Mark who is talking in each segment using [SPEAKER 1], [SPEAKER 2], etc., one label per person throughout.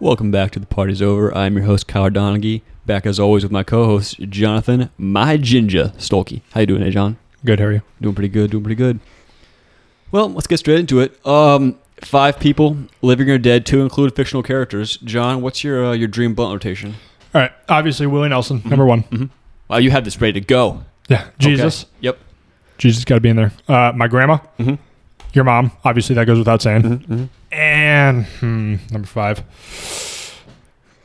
[SPEAKER 1] Welcome back to The Party's Over. I'm your host, Kyle Donaghy, back as always with my co-host, Jonathan, my ginger, Stolke. How you doing today, John?
[SPEAKER 2] Good, how are you?
[SPEAKER 1] Doing pretty good, doing pretty good. Well, let's get straight into it. Um, five people, living or dead, to include fictional characters. John, what's your uh, your dream blunt rotation?
[SPEAKER 2] All right, obviously Willie Nelson, number one.
[SPEAKER 1] Wow, you have this ready to go.
[SPEAKER 2] Yeah,
[SPEAKER 1] Okay.
[SPEAKER 2] Jesus,
[SPEAKER 1] Yep.
[SPEAKER 2] Jesus got to be in there. Uh, my grandma,
[SPEAKER 1] Mhm.
[SPEAKER 2] your mom, obviously that goes without saying.
[SPEAKER 1] Mm-hmm,
[SPEAKER 2] Mm-hmm. And hmm, number five,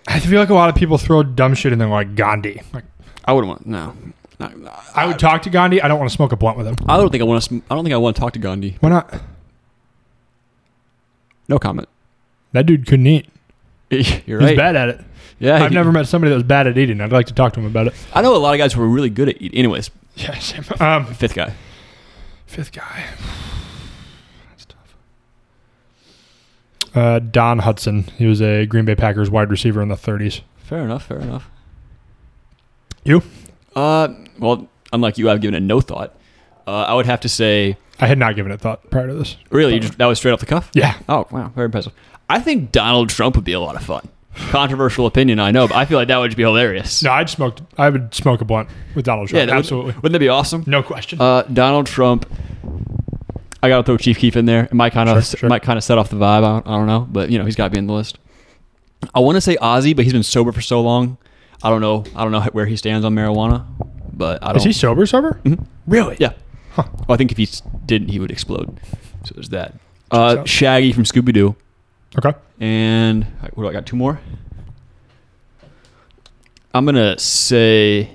[SPEAKER 2] I feel like a lot of people throw dumb shit in there, like Gandhi. Like
[SPEAKER 1] I wouldn't want no. Not-
[SPEAKER 2] I would talk to Gandhi. I don't want to smoke a blunt with him.
[SPEAKER 1] I don't think I want to. I don't think I want to talk to Gandhi.
[SPEAKER 2] Why not?
[SPEAKER 1] No comment.
[SPEAKER 2] That dude couldn't eat.
[SPEAKER 1] You're
[SPEAKER 2] He's
[SPEAKER 1] right.
[SPEAKER 2] bad at it.
[SPEAKER 1] Yeah,
[SPEAKER 2] I've
[SPEAKER 1] he-
[SPEAKER 2] never met somebody that was bad at eating. I'd like to talk to him about it.
[SPEAKER 1] I know a lot of guys who are really good at eating. Anyways,
[SPEAKER 2] Yeah, same. Um,
[SPEAKER 1] fifth guy.
[SPEAKER 2] fifth guy. That's tough. Uh, Don Hudson. He was a Green Bay Packers wide receiver in the 30s.
[SPEAKER 1] Fair enough. Fair enough.
[SPEAKER 2] You?
[SPEAKER 1] Uh, well, unlike you, I've given it no thought. Uh, I would have to say,
[SPEAKER 2] I had not given it thought prior to this.
[SPEAKER 1] really, you just, that was straight off the cuff.
[SPEAKER 2] Yeah.
[SPEAKER 1] Oh wow, very impressive. I think Donald Trump would be a lot of fun. Controversial opinion, I know, but I feel like that would be hilarious.
[SPEAKER 2] No, I'd smoked. I would smoke a blunt with Donald
[SPEAKER 1] yeah,
[SPEAKER 2] Trump.
[SPEAKER 1] that would-
[SPEAKER 2] Absolutely.
[SPEAKER 1] Wouldn't that be awesome?
[SPEAKER 2] no question.
[SPEAKER 1] Uh, Donald Trump. I gotta throw Chief Keef in there. It might kind of
[SPEAKER 2] Sure, sure.
[SPEAKER 1] might kind of set off the vibe. I don't, I don't know, but you know he's got to be in the list. I want to say Ozzy, but he's been sober for so long. I don't know. I don't know where he stands on marijuana, but I don't. Mm-hmm.
[SPEAKER 2] Is he sober? Sober? Really?
[SPEAKER 1] Yeah. Well, Oh, I think if he s- didn't, he would explode. So there's that. Uh,
[SPEAKER 2] out.
[SPEAKER 1] Shaggy from Scooby Doo,
[SPEAKER 2] Okay.
[SPEAKER 1] and all right, what do I got? Two more. I'm gonna say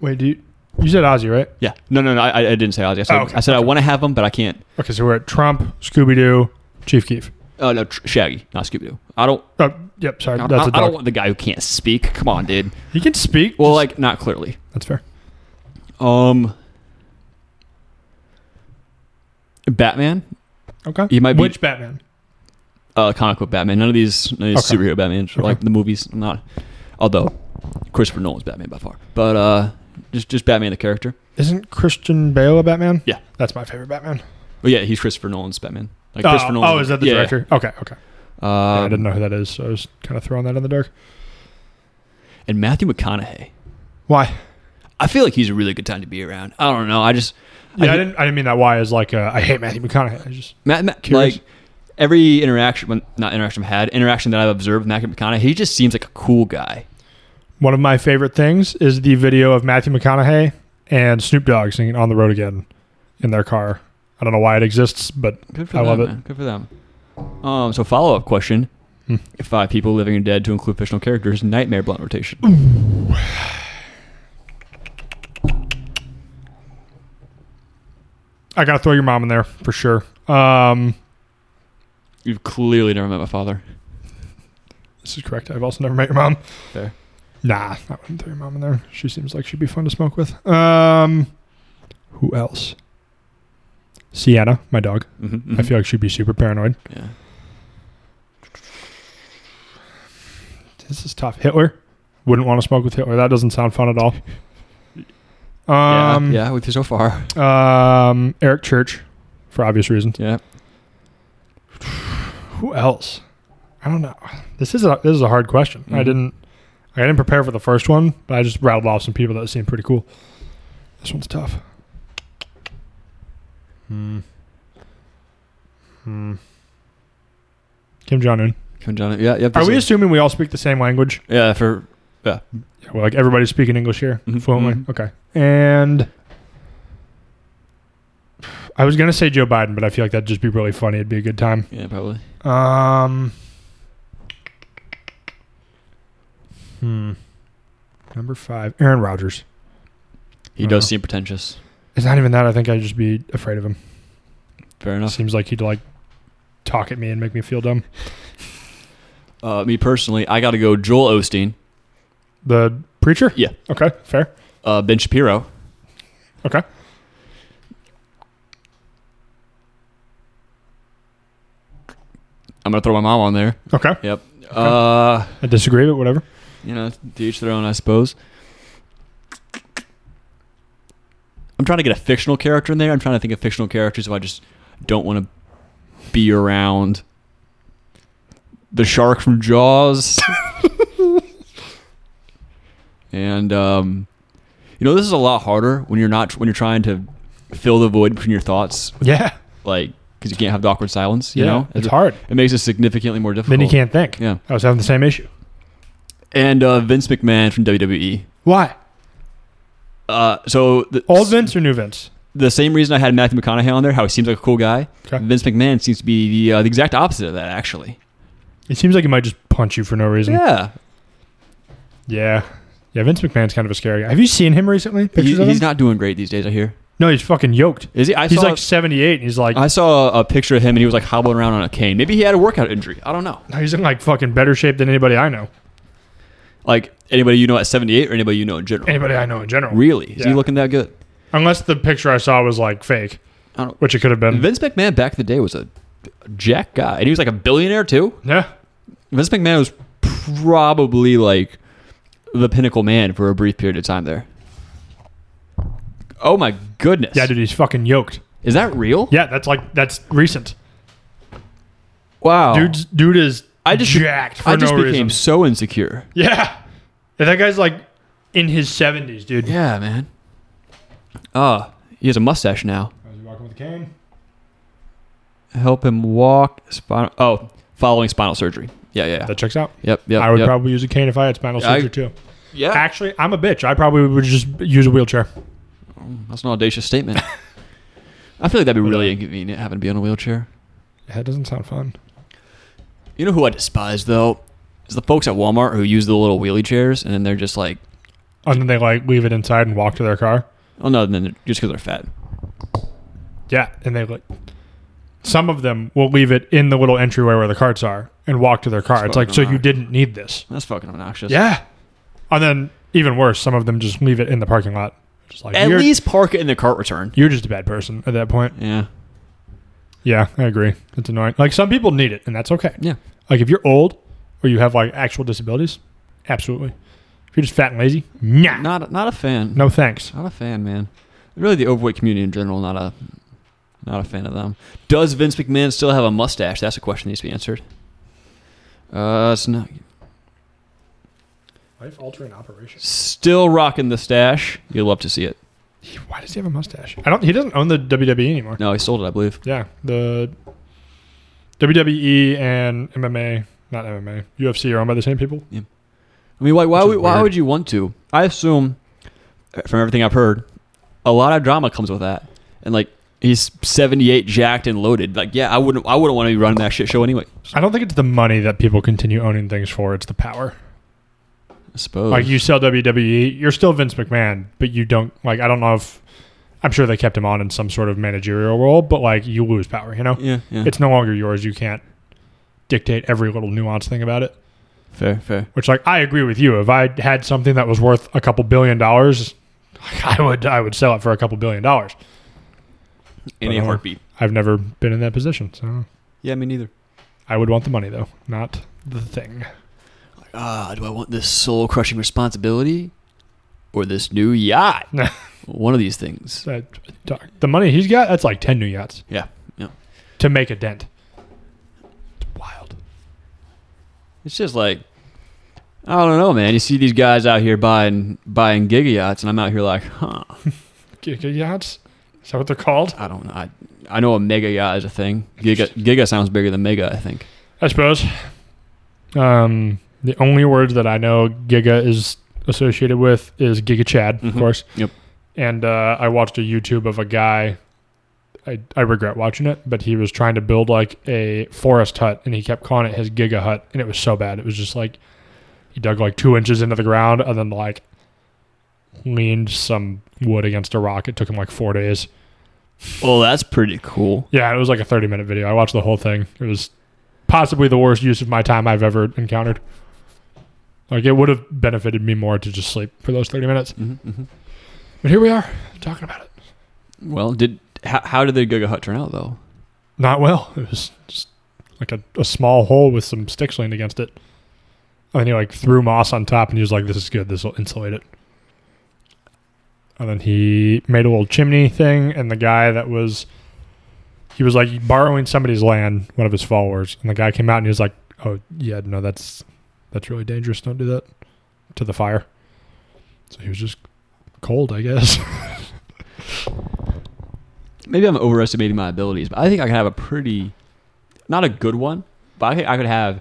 [SPEAKER 2] Wait, do you, you said Ozzy, right?
[SPEAKER 1] yeah. No, no, no. I, I didn't say Ozzy. I said,
[SPEAKER 2] Oh, okay,
[SPEAKER 1] I, said I want to have them, but I can't.
[SPEAKER 2] Okay, so we're at Trump, Scooby Doo, Chief Keef.
[SPEAKER 1] Oh no, tr- Shaggy, not Scooby Doo. I don't.
[SPEAKER 2] Oh, yep. Sorry,
[SPEAKER 1] I,
[SPEAKER 2] that's a
[SPEAKER 1] I don't
[SPEAKER 2] dog.
[SPEAKER 1] want the guy who can't speak. Come on, dude.
[SPEAKER 2] he can speak.
[SPEAKER 1] Well,
[SPEAKER 2] just-
[SPEAKER 1] like not clearly.
[SPEAKER 2] that's fair.
[SPEAKER 1] Um, Batman,
[SPEAKER 2] Okay.
[SPEAKER 1] He might be-
[SPEAKER 2] Which Batman?
[SPEAKER 1] uh, comic book Batman. None of these, none of these
[SPEAKER 2] Okay.
[SPEAKER 1] superhero Batmans or like
[SPEAKER 2] Okay.
[SPEAKER 1] the movies. I'm not. Although Christopher Nolan's Batman by far, but uh, just just Batman the character.
[SPEAKER 2] Isn't Christian Bale a Batman?
[SPEAKER 1] Yeah.
[SPEAKER 2] That's my favorite Batman.
[SPEAKER 1] Oh yeah, he's Christopher Nolan's Batman. Like
[SPEAKER 2] oh,
[SPEAKER 1] Christopher Nolan.
[SPEAKER 2] oh, is that the
[SPEAKER 1] yeah, yeah.
[SPEAKER 2] director? Okay, okay. Yeah, I
[SPEAKER 1] Um,
[SPEAKER 2] didn't know who that is, so I was kind of throwing that in the dark.
[SPEAKER 1] and Matthew McConaughey.
[SPEAKER 2] Why?
[SPEAKER 1] I feel like he's a really good time to be around. I don't know. I just
[SPEAKER 2] Yeah, I,
[SPEAKER 1] think-
[SPEAKER 2] didn't. I didn't mean that. Why is like uh, I hate Matthew McConaughey. I just
[SPEAKER 1] Matt, Matt
[SPEAKER 2] Curious.
[SPEAKER 1] like every interaction, well, not interaction I've had, interaction that I've observed with Matthew McConaughey, he just seems like a cool guy.
[SPEAKER 2] one of my favorite things is the video of Matthew McConaughey and Snoop Dogg singing "On the Road Again" in their car. I don't know why it exists, but
[SPEAKER 1] Good for
[SPEAKER 2] I
[SPEAKER 1] them.
[SPEAKER 2] love it.
[SPEAKER 1] man. Good for them. Um, so follow up question:
[SPEAKER 2] Hmm.
[SPEAKER 1] If Five people living or dead to include fictional characters. Nightmare blunt rotation.
[SPEAKER 2] I gotta throw your mom in there for sure. Um,
[SPEAKER 1] You've clearly never met my father.
[SPEAKER 2] this is correct. I've also never met your mom.
[SPEAKER 1] Fair.
[SPEAKER 2] Nah, I wouldn't throw your mom in there. She seems like she'd be fun to smoke with. Um, who else? Sienna, my dog.
[SPEAKER 1] Mm-hmm.
[SPEAKER 2] I feel like she'd be super paranoid.
[SPEAKER 1] yeah.
[SPEAKER 2] This is tough. Hitler wouldn't want to smoke with Hitler. That doesn't sound fun at all. Um,
[SPEAKER 1] yeah, yeah, with you so far.
[SPEAKER 2] Um, Eric Church, for obvious reasons.
[SPEAKER 1] Yeah.
[SPEAKER 2] Who else? Mm-hmm. I don't know. This is a this is a hard question. I
[SPEAKER 1] Mhm.
[SPEAKER 2] didn't I didn't prepare for the first one, but I just rattled off some people that seem pretty cool. This one's tough. Hmm. Hmm. Kim Jong Un.
[SPEAKER 1] Come John. Yeah, yeah.
[SPEAKER 2] Are
[SPEAKER 1] this
[SPEAKER 2] we
[SPEAKER 1] is-
[SPEAKER 2] assuming we all speak the same language?
[SPEAKER 1] yeah, for
[SPEAKER 2] Yeah, well, like everybody's speaking English here
[SPEAKER 1] Mhm.
[SPEAKER 2] fluently.
[SPEAKER 1] Mhm.
[SPEAKER 2] Okay. And I was gonna say Joe Biden, but I feel like that'd just be really funny. It'd be a good time.
[SPEAKER 1] yeah, probably.
[SPEAKER 2] Um. Hmm. Number five, Aaron Rodgers.
[SPEAKER 1] He
[SPEAKER 2] I
[SPEAKER 1] does
[SPEAKER 2] know.
[SPEAKER 1] seem pretentious.
[SPEAKER 2] It's not even that. I think I'd just be afraid of him.
[SPEAKER 1] Fair enough.
[SPEAKER 2] Seems like he'd like talk at me and make me feel dumb.
[SPEAKER 1] Uh, me personally, I got to go. Joel Osteen,
[SPEAKER 2] The preacher.
[SPEAKER 1] Yeah.
[SPEAKER 2] Okay. Fair.
[SPEAKER 1] uh, Ben Shapiro.
[SPEAKER 2] Okay.
[SPEAKER 1] I'm gonna throw my mom on there.
[SPEAKER 2] Okay.
[SPEAKER 1] Yep. Uh,
[SPEAKER 2] I disagree, but whatever.
[SPEAKER 1] you know, to each their own, I suppose. I'm trying to get a fictional character in there. I'm trying to think of fictional characters who I just don't want to be around the shark from Jaws. and um, you know, this is a lot harder when you're not when you're trying to fill the void between your thoughts,
[SPEAKER 2] Yeah.
[SPEAKER 1] like because you can't have the awkward silence. You
[SPEAKER 2] Yeah,
[SPEAKER 1] know,
[SPEAKER 2] it's hard.
[SPEAKER 1] It makes it significantly more difficult.
[SPEAKER 2] Then you can't think.
[SPEAKER 1] Yeah.
[SPEAKER 2] I was having the same issue.
[SPEAKER 1] And uh, Vince McMahon from E. WWE.
[SPEAKER 2] Why?
[SPEAKER 1] Uh, so the,
[SPEAKER 2] Old Vince or new Vince?
[SPEAKER 1] the same reason I had Matthew McConaughey on there, how he seems like a cool guy.
[SPEAKER 2] Okay.
[SPEAKER 1] Vince McMahon seems to be the, uh, the exact opposite of that, actually.
[SPEAKER 2] It seems like he might just punch you for no reason.
[SPEAKER 1] Yeah,
[SPEAKER 2] Yeah. Yeah, Vince McMahon's kind of a scary guy. Have you seen him recently?
[SPEAKER 1] He-
[SPEAKER 2] Pictures of him?
[SPEAKER 1] he's not doing great these days. I hear.
[SPEAKER 2] no, he's fucking yoked.
[SPEAKER 1] Is he? I
[SPEAKER 2] he's
[SPEAKER 1] saw,
[SPEAKER 2] like 78 and he's like,
[SPEAKER 1] I saw a picture of him, and he was like hobbling around on a cane. Maybe he had a workout injury. I don't know.
[SPEAKER 2] he's in like fucking better shape than anybody I know.
[SPEAKER 1] Like anybody you know at seventy eight, or anybody you know in general.
[SPEAKER 2] Anybody I know in general.
[SPEAKER 1] Really? Is he
[SPEAKER 2] Yeah.
[SPEAKER 1] looking that good?
[SPEAKER 2] Unless the picture I saw was like fake,
[SPEAKER 1] I don't.
[SPEAKER 2] which it could have been.
[SPEAKER 1] Vince McMahon back in the day was a jack guy, and he was like a billionaire too.
[SPEAKER 2] yeah.
[SPEAKER 1] Vince McMahon was probably like the pinnacle man for a brief period of time there. Oh my goodness!
[SPEAKER 2] Yeah, dude, he's fucking yoked.
[SPEAKER 1] Is that real?
[SPEAKER 2] Yeah, that's like, that's recent.
[SPEAKER 1] Wow,
[SPEAKER 2] Dude's, dude is
[SPEAKER 1] Oh. I just
[SPEAKER 2] jacked for
[SPEAKER 1] I just
[SPEAKER 2] no
[SPEAKER 1] became
[SPEAKER 2] reason.
[SPEAKER 1] so insecure.
[SPEAKER 2] Yeah. And that guy's like in his 70s, dude.
[SPEAKER 1] Yeah, man. Uh, he has a mustache now.
[SPEAKER 2] How's he walking with a cane?
[SPEAKER 1] Help him walk. Spinal. Oh, following spinal surgery. Yeah, yeah, yeah.
[SPEAKER 2] That checks out.
[SPEAKER 1] Yep, yep.
[SPEAKER 2] I would
[SPEAKER 1] yep.
[SPEAKER 2] probably use a cane if I had spinal
[SPEAKER 1] I-
[SPEAKER 2] surgery too.
[SPEAKER 1] Yeah,
[SPEAKER 2] Actually, I'm a bitch. I probably would just use a wheelchair.
[SPEAKER 1] that's an audacious statement. I feel like that'd be
[SPEAKER 2] But,
[SPEAKER 1] really
[SPEAKER 2] uh,
[SPEAKER 1] inconvenient having to be on a wheelchair.
[SPEAKER 2] That doesn't sound fun.
[SPEAKER 1] You know who I despise though is the folks at Walmart who use the little wheelie chairs and then they're just like,
[SPEAKER 2] And then they like leave it inside and walk to their car.
[SPEAKER 1] oh no, and then they're, just because they're fat.
[SPEAKER 2] Yeah, and they like some of them will leave it in the little entryway where the carts are and walk to their car. It's like so you didn't need this.
[SPEAKER 1] That's fucking obnoxious.
[SPEAKER 2] Yeah, and then even worse, some of them just leave it in the parking lot. Just like
[SPEAKER 1] At
[SPEAKER 2] you're,
[SPEAKER 1] least park it in the cart return.
[SPEAKER 2] you're just a bad person at that point.
[SPEAKER 1] Yeah.
[SPEAKER 2] Yeah, I agree. It's annoying. Like some people need it, and that's okay.
[SPEAKER 1] Yeah.
[SPEAKER 2] Like if you're old or you have like actual disabilities, absolutely. If you're just fat and lazy, nah,
[SPEAKER 1] Not not a fan.
[SPEAKER 2] no thanks.
[SPEAKER 1] Not a fan, man. Really, the overweight community in general, not a not a fan of them. Does Vince McMahon still have a mustache? That's a question that needs to be answered. Uh, it's not
[SPEAKER 2] Life altering operation.
[SPEAKER 1] still rocking the stash. You'd love to see it.
[SPEAKER 2] Why does he have a mustache? I don't. He doesn't own the WWE anymore.
[SPEAKER 1] No, he sold it, I believe.
[SPEAKER 2] Yeah, the WWE and MMA, not MMA, UFC are owned by the same people.
[SPEAKER 1] I mean, why why
[SPEAKER 2] Which is
[SPEAKER 1] would, why
[SPEAKER 2] weird.
[SPEAKER 1] would you want to? I assume uh, from everything I've heard, a lot of drama comes with that. And like he's 78, jacked and loaded. Like yeah, I wouldn't I wouldn't want to be running that shit show anyway.
[SPEAKER 2] I don't think it's the money that people continue owning things for; it's the power.
[SPEAKER 1] I suppose.
[SPEAKER 2] Like you sell WWE, you're still Vince McMahon, but you don't like. I don't know if I'm sure they kept him on in some sort of managerial role, but like you lose power. You know,
[SPEAKER 1] yeah, yeah.
[SPEAKER 2] it's no longer yours. You can't dictate every little nuanced thing about it.
[SPEAKER 1] fair, fair.
[SPEAKER 2] Which, like, I agree with you. If I had something that was worth a couple billion dollars, I would I would sell it for a couple billion dollars.
[SPEAKER 1] In
[SPEAKER 2] But,
[SPEAKER 1] a
[SPEAKER 2] uh,
[SPEAKER 1] heartbeat.
[SPEAKER 2] I've never been in that position, so
[SPEAKER 1] Yeah, me neither.
[SPEAKER 2] I would want the money though, not the thing.
[SPEAKER 1] ah, do I want this soul crushing responsibility or this new yacht? One of these things.
[SPEAKER 2] That- uh, the money he's got, that's like ten new yachts
[SPEAKER 1] Yeah, yeah.
[SPEAKER 2] to make a dent. It's wild.
[SPEAKER 1] It's just like I don't know, man. You see these guys out here buying buying giga yachts, and I'm out here like, huh?
[SPEAKER 2] Giga yachts? Is that what they're called?
[SPEAKER 1] I don't know. I, I know a mega yacht is a thing. Giga giga sounds bigger than mega. I think.
[SPEAKER 2] I suppose. Um, the only words that I know Giga is associated with is Giga Chad, of
[SPEAKER 1] Mhm.
[SPEAKER 2] course.
[SPEAKER 1] Yep.
[SPEAKER 2] And uh, I watched a YouTube of a guy. I, I regret watching it, but he was trying to build like a forest hut, and he kept calling it his Giga Hut, and it was so bad. It was just like he dug like two inches into the ground, and then like leaned some wood against a rock. It took him like four days.
[SPEAKER 1] Well, that's pretty cool.
[SPEAKER 2] Yeah, it was like a 30 minute video. I watched the whole thing. It was possibly the worst use of my time I've ever encountered. Like, it would have benefited me more to just sleep for those 30 minutes.
[SPEAKER 1] hmm hmm
[SPEAKER 2] But here we are talking about it.
[SPEAKER 1] Well, did how, how did the giga hut turn out though?
[SPEAKER 2] Not well. It was just like a, a small hole with some sticks leaned against it. And then he like threw moss on top and he was like, this is good. This will insulate it. And then he made a little chimney thing. And the guy that was, he was like borrowing somebody's land, one of his followers. And the guy came out and he was like, oh yeah, no, that's that's really dangerous. Don't do that to the fire. So he was just cold, I guess.
[SPEAKER 1] Maybe I'm overestimating my abilities, but I think I could have a pretty, not a good one, but I think I could have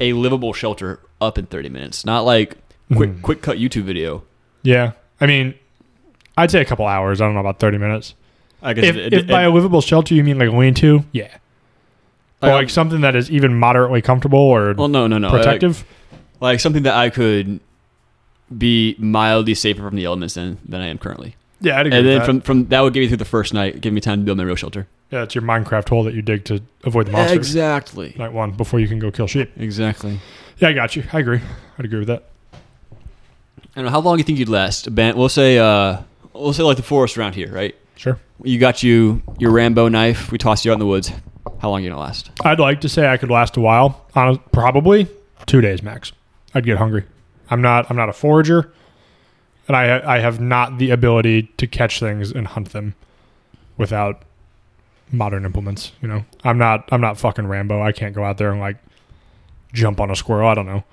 [SPEAKER 1] a livable shelter up in 30 minutes. Not like quick
[SPEAKER 2] Mhm.
[SPEAKER 1] quick cut YouTube video.
[SPEAKER 2] yeah, I mean, I'd say a couple hours. I don't know about thirty minutes.
[SPEAKER 1] I guess
[SPEAKER 2] If, if by a livable shelter you mean like a lean-to, yeah, or like something that is even moderately comfortable or
[SPEAKER 1] well, no, no, no, like-
[SPEAKER 2] protective.
[SPEAKER 1] like something that I could be mildly safer from the elements than than I am currently.
[SPEAKER 2] yeah, I'd agree.
[SPEAKER 1] And
[SPEAKER 2] with
[SPEAKER 1] then
[SPEAKER 2] that.
[SPEAKER 1] from from that would get me through the first night, give me time to build my real shelter.
[SPEAKER 2] yeah, it's your Minecraft hole that you dig to avoid the monsters.
[SPEAKER 1] Exactly.
[SPEAKER 2] Night one before you can go kill sheep.
[SPEAKER 1] Exactly.
[SPEAKER 2] Yeah, I got you. I agree. I'd agree with that.
[SPEAKER 1] And how long do you think you'd last? A band, we'll say uh we'll say like the forest around here, right?
[SPEAKER 2] Sure.
[SPEAKER 1] You got you your Rambo knife, we toss you out in the woods. How long you gonna last?
[SPEAKER 2] I'd like to say I could last a while. Honest, probably two days max. I'd get hungry. I'm not. I'm not a forager, and I I have not the ability to catch things and hunt them without modern implements. You know, I'm not. I'm not fucking Rambo. I can't go out there and like jump on a squirrel. I don't know.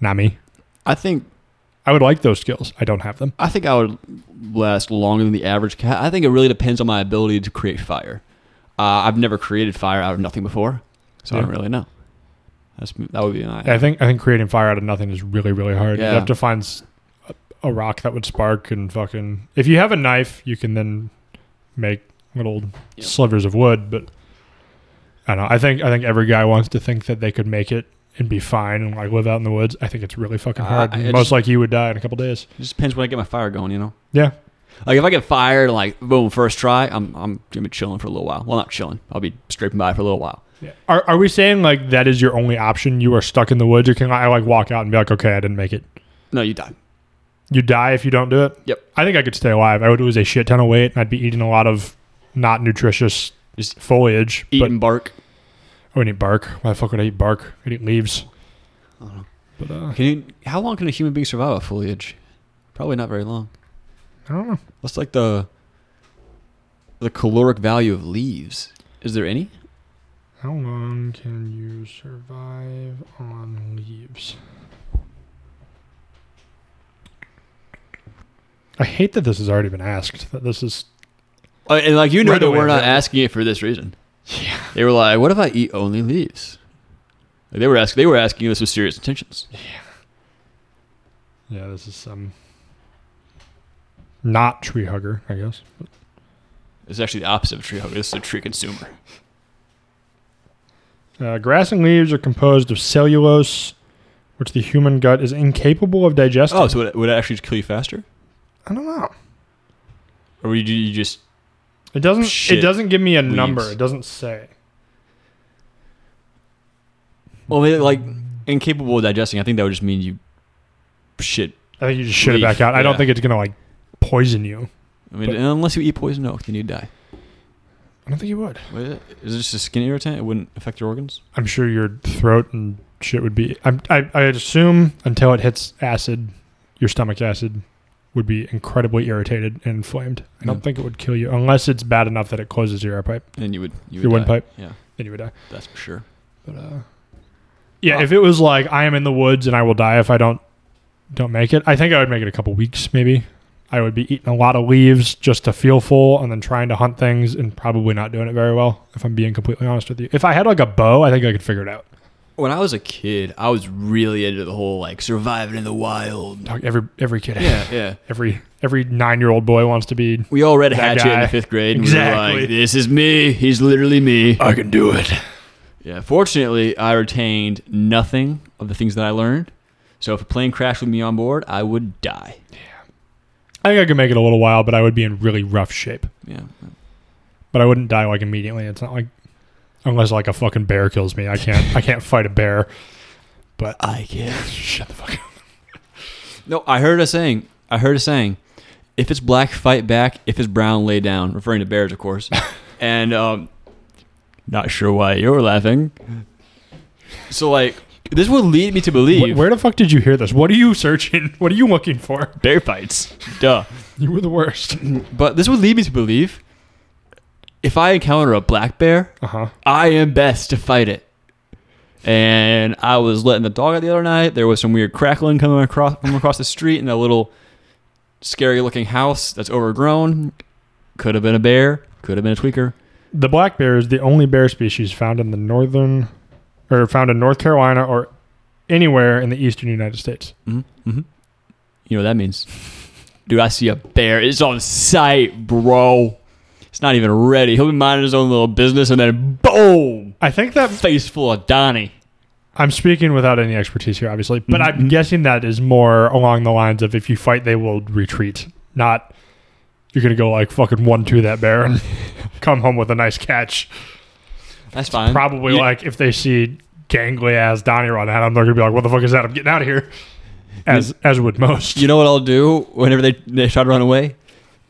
[SPEAKER 2] Not me.
[SPEAKER 1] I think
[SPEAKER 2] I would like those skills. I don't have them.
[SPEAKER 1] I think I would last longer than the average cat. I think it really depends on my ability to create fire. Uh, I've never created fire out of nothing before, so I don't
[SPEAKER 2] Yeah.
[SPEAKER 1] really know. That's that would be my.
[SPEAKER 2] I think I think creating fire out of nothing is really really hard.
[SPEAKER 1] Yeah.
[SPEAKER 2] You have to find s- a, a rock that would spark and fucking. If you have a knife, you can then make little
[SPEAKER 1] Yep.
[SPEAKER 2] slivers of wood. But I don't know. I think I think every guy wants to think that they could make it and be fine and like live out in the woods. I think it's really fucking
[SPEAKER 1] Uh,
[SPEAKER 2] hard.
[SPEAKER 1] I- I
[SPEAKER 2] Most
[SPEAKER 1] just-
[SPEAKER 2] like you would die in a couple days.
[SPEAKER 1] It just depends when I get my fire going, you know.
[SPEAKER 2] Yeah.
[SPEAKER 1] Like if I get fired, like boom, first try, I'm I'm gonna be chilling for a little while. Well, not chilling. I'll be scraping by for a little while.
[SPEAKER 2] Are are we saying like that is your only option? You are stuck in the woods. You can I like walk out and be like, okay, I didn't make it.
[SPEAKER 1] No, you die.
[SPEAKER 2] You die if you don't do it.
[SPEAKER 1] Yep.
[SPEAKER 2] I think I could stay alive. I would lose a shit ton of weight, and I'd be eating a lot of not nutritious
[SPEAKER 1] Just
[SPEAKER 2] foliage.
[SPEAKER 1] Eating bark.
[SPEAKER 2] But I wouldn't eat bark. Why the fuck would I eat bark? I'd eat leaves.
[SPEAKER 1] I don't know.
[SPEAKER 2] But uh,
[SPEAKER 1] Can you? How long can a human being survive off foliage? Probably not very long.
[SPEAKER 2] I don't know.
[SPEAKER 1] What's like the the caloric value of leaves? Is there any?
[SPEAKER 2] How long can you survive on leaves? I hate that this has already been asked. That this is
[SPEAKER 1] Uh, and like you know
[SPEAKER 2] Right
[SPEAKER 1] that
[SPEAKER 2] away,
[SPEAKER 1] we're not
[SPEAKER 2] right.
[SPEAKER 1] asking it for this reason.
[SPEAKER 2] Yeah.
[SPEAKER 1] They were like, "What if I eat only leaves?" Like, they were asking. They were asking us with serious intentions.
[SPEAKER 2] yeah, this is some not tree hugger, I guess.
[SPEAKER 1] It's actually the opposite of a tree hugger. This is a tree consumer.
[SPEAKER 2] Uh, grass and leaves are composed of cellulose, which the human gut is incapable of digesting.
[SPEAKER 1] Oh, so would it, would it actually kill you faster,
[SPEAKER 2] I don't know.
[SPEAKER 1] or would you, you just?
[SPEAKER 2] It doesn't.
[SPEAKER 1] Shit.
[SPEAKER 2] It doesn't give me a number.
[SPEAKER 1] Leaves.
[SPEAKER 2] It doesn't say.
[SPEAKER 1] Well, maybe, like incapable of digesting. I think that would just mean you shit.
[SPEAKER 2] I think you just shit
[SPEAKER 1] Leaf,
[SPEAKER 2] it back out. I
[SPEAKER 1] yeah.
[SPEAKER 2] don't think it's gonna like poison you.
[SPEAKER 1] I mean,
[SPEAKER 2] But-
[SPEAKER 1] unless you eat poisoned oak, then you die.
[SPEAKER 2] I don't think you would.
[SPEAKER 1] What is it? Is it just a skin irritant? It wouldn't affect your organs.
[SPEAKER 2] I'm sure your throat and shit would be. I'm, I I assume until it hits acid, your stomach acid would be incredibly irritated and inflamed. I don't
[SPEAKER 1] Yeah.
[SPEAKER 2] think it would kill you unless it's bad enough that it closes your air pipe.
[SPEAKER 1] And you would. You would
[SPEAKER 2] Your
[SPEAKER 1] die.
[SPEAKER 2] windpipe?
[SPEAKER 1] Yeah,
[SPEAKER 2] Then you would die.
[SPEAKER 1] that's for sure.
[SPEAKER 2] But uh, yeah,
[SPEAKER 1] Wow.
[SPEAKER 2] if it was like I am in the woods and I will die if I don't don't make it, I think I would make it a couple weeks maybe. I would be eating a lot of leaves just to feel full, and then trying to hunt things and probably not doing it very well. If I'm being completely honest with you, if I had like a bow, I think I could figure it out.
[SPEAKER 1] When I was a kid, I was really into the whole like surviving in the wild.
[SPEAKER 2] Dog, Every every kid,
[SPEAKER 1] Yeah, yeah.
[SPEAKER 2] every every nine year old boy wants to be.
[SPEAKER 1] We all read
[SPEAKER 2] That
[SPEAKER 1] Hatchet in
[SPEAKER 2] guy.
[SPEAKER 1] the fifth grade. And We were
[SPEAKER 2] Exactly.
[SPEAKER 1] like, this is me. He's literally me.
[SPEAKER 2] I can do it.
[SPEAKER 1] Yeah. Fortunately, I retained nothing of the things that I learned. So if a plane crashed with me on board, I would die.
[SPEAKER 2] I think I could make it a little while, but I would be in really rough shape.
[SPEAKER 1] Yeah.
[SPEAKER 2] But I wouldn't die like immediately. It's not like unless like a fucking bear kills me. I can't I can't fight a bear. But
[SPEAKER 1] I guess.
[SPEAKER 2] Shut the fuck up.
[SPEAKER 1] No, I heard a saying. I heard a saying. If it's black, fight back. If it's brown, lay down. Referring to bears, of course. and um, not sure why you're laughing. So like, this would lead me to believe
[SPEAKER 2] Wh- where the fuck did you hear this? What are you searching? What are you looking for?
[SPEAKER 1] bear fights. Duh.
[SPEAKER 2] You were the worst.
[SPEAKER 1] But this would lead me to believe if I encounter a black bear,
[SPEAKER 2] Uh huh.
[SPEAKER 1] I am best to fight it. and I was letting the dog out the other night. There was some weird crackling coming across from across the street in a little scary looking house that's overgrown. Could have been a bear. Could have been a tweaker.
[SPEAKER 2] The black bear is the only bear species found in the northern, or found in North Carolina or anywhere in the eastern United States.
[SPEAKER 1] Mm-hmm. hmm You know what that means. Dude, I see a bear. It's on sight, bro. It's not even ready. He'll be minding his own little business and then boom!
[SPEAKER 2] I think that
[SPEAKER 1] Face full of Donnie.
[SPEAKER 2] I'm speaking without any expertise here, obviously, but I'm
[SPEAKER 1] Mhm.
[SPEAKER 2] guessing that is more along the lines of if you fight, they will retreat. Not you're gonna go like fucking one two that bear and come home with a nice catch.
[SPEAKER 1] That's fine.
[SPEAKER 2] Probably
[SPEAKER 1] You-
[SPEAKER 2] like if they see gangly ass Donnie run at them, they're gonna be like, "What the fuck is that? I'm getting out of here." As as would most.
[SPEAKER 1] You know what I'll do whenever they, they try to run away?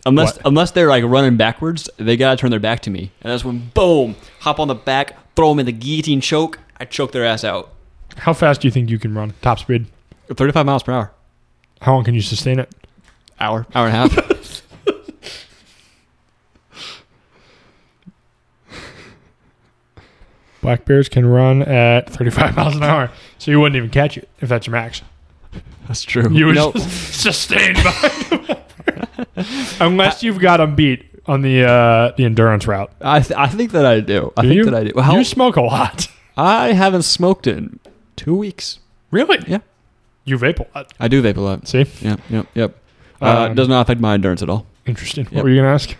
[SPEAKER 1] Unless unless they're like running backwards, they gotta turn their back to me. And that's when boom, hop on the back, throw them in the guillotine choke. I choke their ass out.
[SPEAKER 2] How fast do you think you can run? Top speed.
[SPEAKER 1] Thirty five miles per hour,
[SPEAKER 2] How long can you sustain it?
[SPEAKER 1] hour, hour and a half.
[SPEAKER 2] Black bears can run at 35 miles an hour, so you wouldn't even catch it if that's your max.
[SPEAKER 1] that's true.
[SPEAKER 2] You would
[SPEAKER 1] know,
[SPEAKER 2] just sustained by unless you've got them beat on the uh, the endurance route.
[SPEAKER 1] I th- I think that I do. I
[SPEAKER 2] Do
[SPEAKER 1] think
[SPEAKER 2] you?
[SPEAKER 1] that I do. How,
[SPEAKER 2] You smoke a lot,
[SPEAKER 1] I haven't smoked in two weeks.
[SPEAKER 2] really?
[SPEAKER 1] Yeah.
[SPEAKER 2] you vape a lot.
[SPEAKER 1] I do vape a lot.
[SPEAKER 2] See,
[SPEAKER 1] Yep, yep, yep. Uh,
[SPEAKER 2] Um,
[SPEAKER 1] does not affect my endurance at all.
[SPEAKER 2] interesting. What
[SPEAKER 1] Yep.
[SPEAKER 2] were you gonna ask?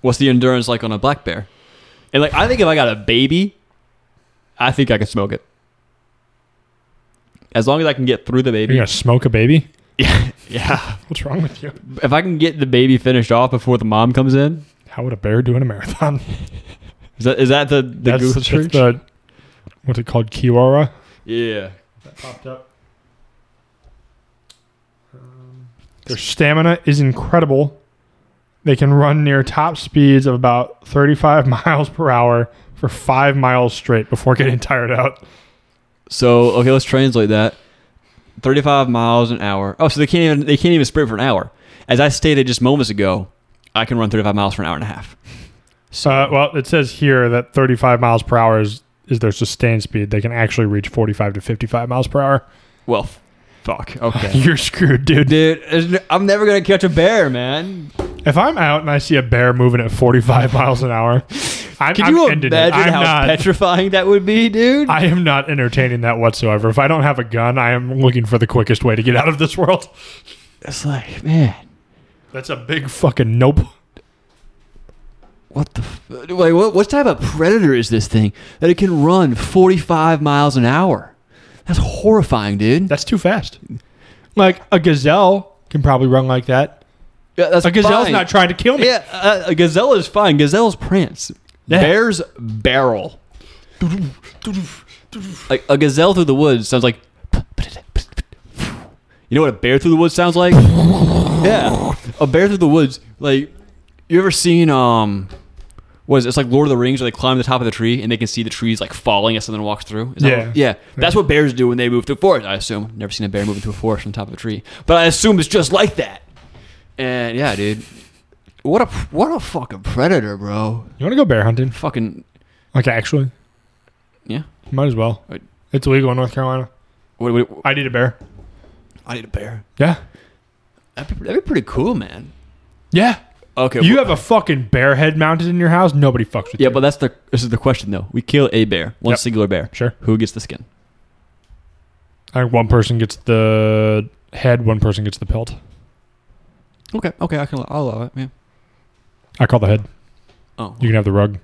[SPEAKER 1] What's the endurance like on a black bear? And like, I think if I got a baby, I think I could smoke it. As long as I can get through the
[SPEAKER 2] You're
[SPEAKER 1] baby.
[SPEAKER 2] gonna smoke a baby?
[SPEAKER 1] Yeah, yeah.
[SPEAKER 2] What's wrong with you?
[SPEAKER 1] If I can get the baby finished off before the mom comes in,
[SPEAKER 2] How would a bear do in a marathon?
[SPEAKER 1] is that is that the the
[SPEAKER 2] That's-
[SPEAKER 1] Google
[SPEAKER 2] that's
[SPEAKER 1] search?
[SPEAKER 2] the- what's it called? Kiwara.
[SPEAKER 1] yeah.
[SPEAKER 2] That popped up. Their stamina is incredible. They can run near top speeds of about 35 miles per hour for five miles straight before getting tired out.
[SPEAKER 1] So okay, let's translate that. Thirty-five miles an hour. Oh, so they can't even they can't even sprint for an hour. As I stated just moments ago, I can run thirty-five miles for an hour and a half. So
[SPEAKER 2] Uh, well, it says here that 35 miles per hour is, is their sustained speed. They can actually reach 45 to 55 miles per hour.
[SPEAKER 1] well, f- fuck. Okay,
[SPEAKER 2] You're screwed, dude.
[SPEAKER 1] dude, there's n- I'm never gonna catch a bear, man.
[SPEAKER 2] If I'm out and I see a bear moving at 45 miles an hour, I'm,
[SPEAKER 1] Could
[SPEAKER 2] I'm
[SPEAKER 1] you
[SPEAKER 2] ending it.
[SPEAKER 1] imagine
[SPEAKER 2] I'm
[SPEAKER 1] how
[SPEAKER 2] not,
[SPEAKER 1] petrifying that would be, dude?
[SPEAKER 2] I am not entertaining that whatsoever. If I don't have a gun, I am looking for the quickest way to get out of this world.
[SPEAKER 1] it's like, man,
[SPEAKER 2] That's a big fucking nope.
[SPEAKER 1] what the f- wait? What, what type of predator is this thing that it can run 45 miles an hour? That's horrifying, dude.
[SPEAKER 2] That's too fast. Like a gazelle can probably run like that.
[SPEAKER 1] Yeah, that's
[SPEAKER 2] A gazelle's
[SPEAKER 1] fine.
[SPEAKER 2] not trying to kill me.
[SPEAKER 1] Yeah, uh, a gazelle is fine. Gazelle's prance.
[SPEAKER 2] Yeah.
[SPEAKER 1] Bears barrel. Like a gazelle through the woods sounds like. You know what a bear through the woods sounds like? Yeah, a bear through the woods. Like, you ever seen um, was it's like Lord of the Rings where they climb the top of the tree and they can see the trees like falling as something walks through? Is that
[SPEAKER 2] Yeah.
[SPEAKER 1] what- yeah, that's what bears do when they move through forest. I assume. Never seen a bear moving through a forest on top of a tree, but I assume it's just like that. And yeah, dude, what a what a fucking predator, bro.
[SPEAKER 2] You want to go bear hunting?
[SPEAKER 1] Fucking
[SPEAKER 2] Like actually,
[SPEAKER 1] yeah.
[SPEAKER 2] might as well.
[SPEAKER 1] Right.
[SPEAKER 2] It's illegal in North Carolina.
[SPEAKER 1] What, what,
[SPEAKER 2] I need a bear.
[SPEAKER 1] I need a bear.
[SPEAKER 2] Yeah.
[SPEAKER 1] That'd be, that'd be pretty cool, man.
[SPEAKER 2] Yeah.
[SPEAKER 1] Okay.
[SPEAKER 2] You
[SPEAKER 1] well-
[SPEAKER 2] have a fucking bear head mounted in your house. Nobody fucks with
[SPEAKER 1] yeah,
[SPEAKER 2] you.
[SPEAKER 1] but that's the this is the question though. We kill a bear, one
[SPEAKER 2] Yep.
[SPEAKER 1] singular bear.
[SPEAKER 2] sure.
[SPEAKER 1] Who gets the skin?
[SPEAKER 2] I think one person gets the head. One person gets the pelt.
[SPEAKER 1] Okay. Okay, I can. I'll allow it. Yeah.
[SPEAKER 2] I call the head.
[SPEAKER 1] Oh.
[SPEAKER 2] You can have the rug.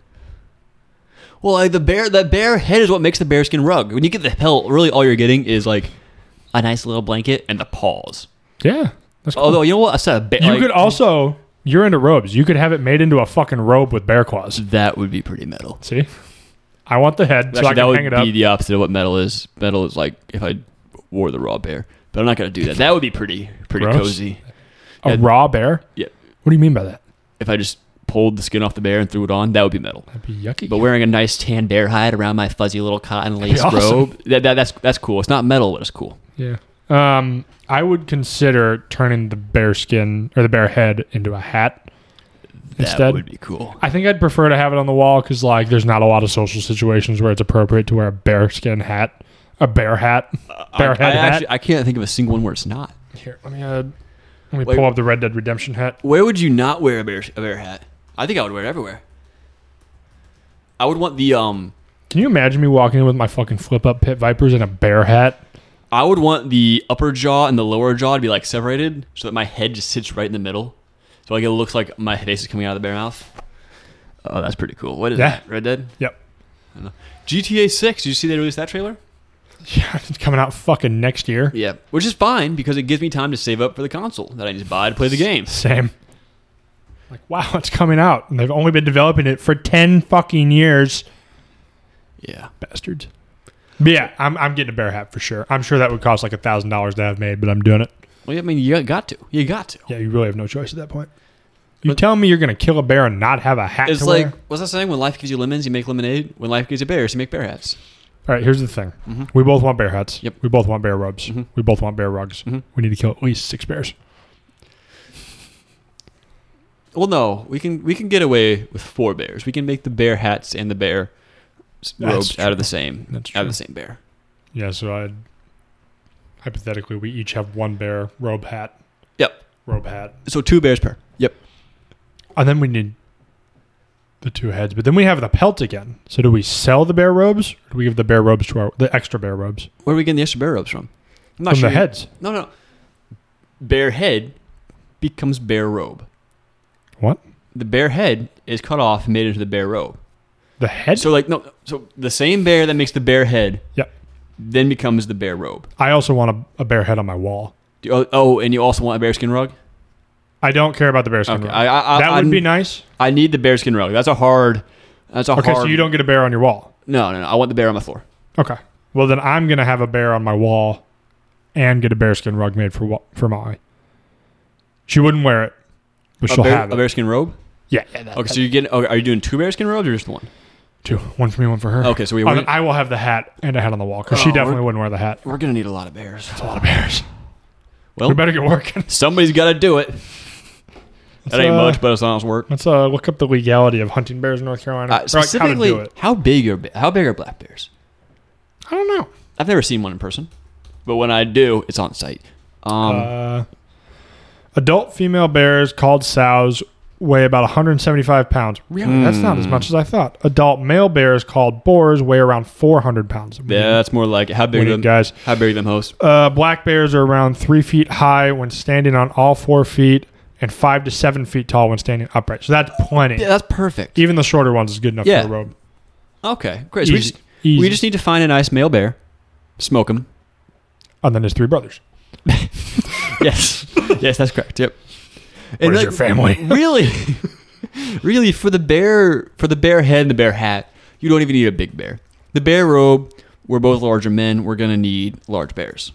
[SPEAKER 1] Well, like the bear, the bear head is what makes the bear skin rug. When you get the pelt, really all you're getting is like a nice little blanket and the paws.
[SPEAKER 2] Yeah. That's cool.
[SPEAKER 1] Although you know what, I said a bear.
[SPEAKER 2] You
[SPEAKER 1] like,
[SPEAKER 2] could also you're into robes. You could have it made into a fucking robe with bear claws.
[SPEAKER 1] that would be pretty metal.
[SPEAKER 2] See, I want the head so I
[SPEAKER 1] Actually, that
[SPEAKER 2] can
[SPEAKER 1] would
[SPEAKER 2] hang it up.
[SPEAKER 1] be the opposite of what metal is. Metal is like if I wore the raw bear, but I'm not gonna do that. That would be pretty pretty
[SPEAKER 2] Gross.
[SPEAKER 1] cozy.
[SPEAKER 2] a
[SPEAKER 1] yeah.
[SPEAKER 2] raw bear.
[SPEAKER 1] Yeah.
[SPEAKER 2] What do you mean by that?
[SPEAKER 1] If I just pulled the skin off the bear and threw it on, that would be metal.
[SPEAKER 2] That'd be yucky.
[SPEAKER 1] But wearing a nice tan bear hide around my fuzzy little cotton
[SPEAKER 2] That'd be
[SPEAKER 1] lace
[SPEAKER 2] awesome.
[SPEAKER 1] robe, that, that, that's that's cool. It's not metal, but it's cool.
[SPEAKER 2] yeah. Um, I would consider turning the bear skin or the bear head into a hat.
[SPEAKER 1] that
[SPEAKER 2] instead.
[SPEAKER 1] would be cool.
[SPEAKER 2] I think I'd prefer to have it on the wall because, like, there's not a lot of social situations where it's appropriate to wear a bearskin hat, a bear hat. Bear
[SPEAKER 1] I,
[SPEAKER 2] head
[SPEAKER 1] I
[SPEAKER 2] hat.
[SPEAKER 1] actually I can't think of a single one where it's not.
[SPEAKER 2] Here, let me uh, let me
[SPEAKER 1] Wait.
[SPEAKER 2] pull up the Red Dead Redemption hat.
[SPEAKER 1] Where would you not wear a bear a bear hat? I think I would wear it everywhere. I would want the um
[SPEAKER 2] Can you imagine me walking in with my fucking flip up pit vipers and a bear hat?
[SPEAKER 1] I would want the upper jaw and the lower jaw to be like separated so that my head just sits right in the middle. So like it looks like my face is coming out of the bear mouth. Oh, that's pretty cool. What is
[SPEAKER 2] Yeah.
[SPEAKER 1] that? Red Dead?
[SPEAKER 2] Yep.
[SPEAKER 1] I know. GTA 6, did you see they released that trailer?
[SPEAKER 2] Yeah, it's coming out fucking next year.
[SPEAKER 1] Yeah. Which is fine because it gives me time to save up for the console that I need to buy to play the game.
[SPEAKER 2] Same. Like, wow, it's coming out, and they've only been developing it for ten fucking years,
[SPEAKER 1] Yeah.
[SPEAKER 2] bastards. But yeah, I'm I'm getting a bear hat for sure. I'm sure that would cost like a thousand dollars to have made, but I'm doing it.
[SPEAKER 1] Well, I mean, you got to. You got to.
[SPEAKER 2] Yeah, you really have no choice at that point. You
[SPEAKER 1] But-
[SPEAKER 2] tell me you're gonna kill a bear and not have a hat
[SPEAKER 1] It's
[SPEAKER 2] to
[SPEAKER 1] like,
[SPEAKER 2] wear?
[SPEAKER 1] what's that saying? When life gives you lemons, you make lemonade. When life gives you bears, you make bear hats.
[SPEAKER 2] All right, here's the thing:
[SPEAKER 1] Mhm.
[SPEAKER 2] we both want bear hats.
[SPEAKER 1] Yep.
[SPEAKER 2] We both want bear rubs.
[SPEAKER 1] Mhm.
[SPEAKER 2] We both want bear rugs.
[SPEAKER 1] Mhm.
[SPEAKER 2] We need to kill at least six bears.
[SPEAKER 1] Well, no, we can we can get away with four bears. We can make the bear hats and the bear s-
[SPEAKER 2] That's
[SPEAKER 1] robes out
[SPEAKER 2] true.
[SPEAKER 1] of the same
[SPEAKER 2] That's
[SPEAKER 1] out of
[SPEAKER 2] true.
[SPEAKER 1] the same bear.
[SPEAKER 2] Yeah, so I'd hypothetically we each have one bear robe hat.
[SPEAKER 1] Yep.
[SPEAKER 2] Robe hat.
[SPEAKER 1] So two bears per. Yep.
[SPEAKER 2] And then we need the two heads, but then we have the pelt again. So do we sell the bear robes? Or do we give the bear robes to our the extra bear robes
[SPEAKER 1] Where are we getting the extra bear robes from? I'm
[SPEAKER 2] from the heads?
[SPEAKER 1] No, no. Bear head becomes bear robe.
[SPEAKER 2] What?
[SPEAKER 1] The bear head is cut off and made into the bear robe.
[SPEAKER 2] The heads.
[SPEAKER 1] So like no, so the same bear that makes the bear head.
[SPEAKER 2] Yep.
[SPEAKER 1] Then becomes the bear robe.
[SPEAKER 2] I also want a, a bear head on my wall.
[SPEAKER 1] Do you- oh, and you also want a bearskin rug.
[SPEAKER 2] I don't care about the bear skin.
[SPEAKER 1] Okay.
[SPEAKER 2] robe.
[SPEAKER 1] I, I, I,
[SPEAKER 2] that would
[SPEAKER 1] I'm-
[SPEAKER 2] be nice.
[SPEAKER 1] I need the bearskin rug. That's a hard. That's a
[SPEAKER 2] Okay,
[SPEAKER 1] hard.
[SPEAKER 2] so you don't get a bear on your wall.
[SPEAKER 1] No, no, no. I want the bear on my floor.
[SPEAKER 2] Okay. Well, then I'm gonna have a bear on my wall, and get a bearskin rug made for wa- for Molly. She wouldn't wear it, but
[SPEAKER 1] A,
[SPEAKER 2] she'll
[SPEAKER 1] bear,
[SPEAKER 2] have it.
[SPEAKER 1] a bearskin robe.
[SPEAKER 2] yeah. yeah that,
[SPEAKER 1] Okay, so you get. Okay, are you doing two bearskin robes or just one?
[SPEAKER 2] two, one for me, one for her.
[SPEAKER 1] Okay, so we
[SPEAKER 2] Oh,
[SPEAKER 1] we're,
[SPEAKER 2] then I will have the hat and a hat on the wall because
[SPEAKER 1] Oh,
[SPEAKER 2] she
[SPEAKER 1] we're-
[SPEAKER 2] definitely wouldn't wear the hat.
[SPEAKER 1] we're gonna need a lot of bears.
[SPEAKER 2] It's a lot of bears.
[SPEAKER 1] Well-
[SPEAKER 2] we better get working.
[SPEAKER 1] Somebody's got to do it. That ain't
[SPEAKER 2] uh,
[SPEAKER 1] much, but it's not work.
[SPEAKER 2] Let's uh, look up the legality of hunting bears in North Carolina.
[SPEAKER 1] Uh,
[SPEAKER 2] Or, like, how to
[SPEAKER 1] specifically,
[SPEAKER 2] do it.
[SPEAKER 1] how big are ba- how big are black bears?
[SPEAKER 2] I don't know.
[SPEAKER 1] I've never seen one in person, but when I do, it's on site. Um,
[SPEAKER 2] uh, adult female bears called sows weigh about 175 pounds. Really? That's not as
[SPEAKER 1] Hmm.
[SPEAKER 2] much as I thought. Adult male bears called boars weigh around 400 pounds. We
[SPEAKER 1] yeah, that's more like it. how
[SPEAKER 2] need- we
[SPEAKER 1] big are
[SPEAKER 2] need
[SPEAKER 1] them?
[SPEAKER 2] guys.
[SPEAKER 1] How big are them hosts?
[SPEAKER 2] Uh, black bears are around three feet high when standing on all four feet and five to seven feet tall when standing upright. So that's plenty.
[SPEAKER 1] Yeah, that's perfect.
[SPEAKER 2] Even the shorter ones is good enough
[SPEAKER 1] Yeah.
[SPEAKER 2] for a robe.
[SPEAKER 1] Okay, great. So we
[SPEAKER 2] Easy.
[SPEAKER 1] just
[SPEAKER 2] Easy.
[SPEAKER 1] we just need to find a nice male bear, smoke him.
[SPEAKER 2] and then his three brothers.
[SPEAKER 1] Yes, yes, that's correct. Yep.
[SPEAKER 2] Where's your family?
[SPEAKER 1] really, really for the bear for the bear head and the bear hat, you don't even need a big bear. The bear robe, we're both larger men. We're gonna need large bears.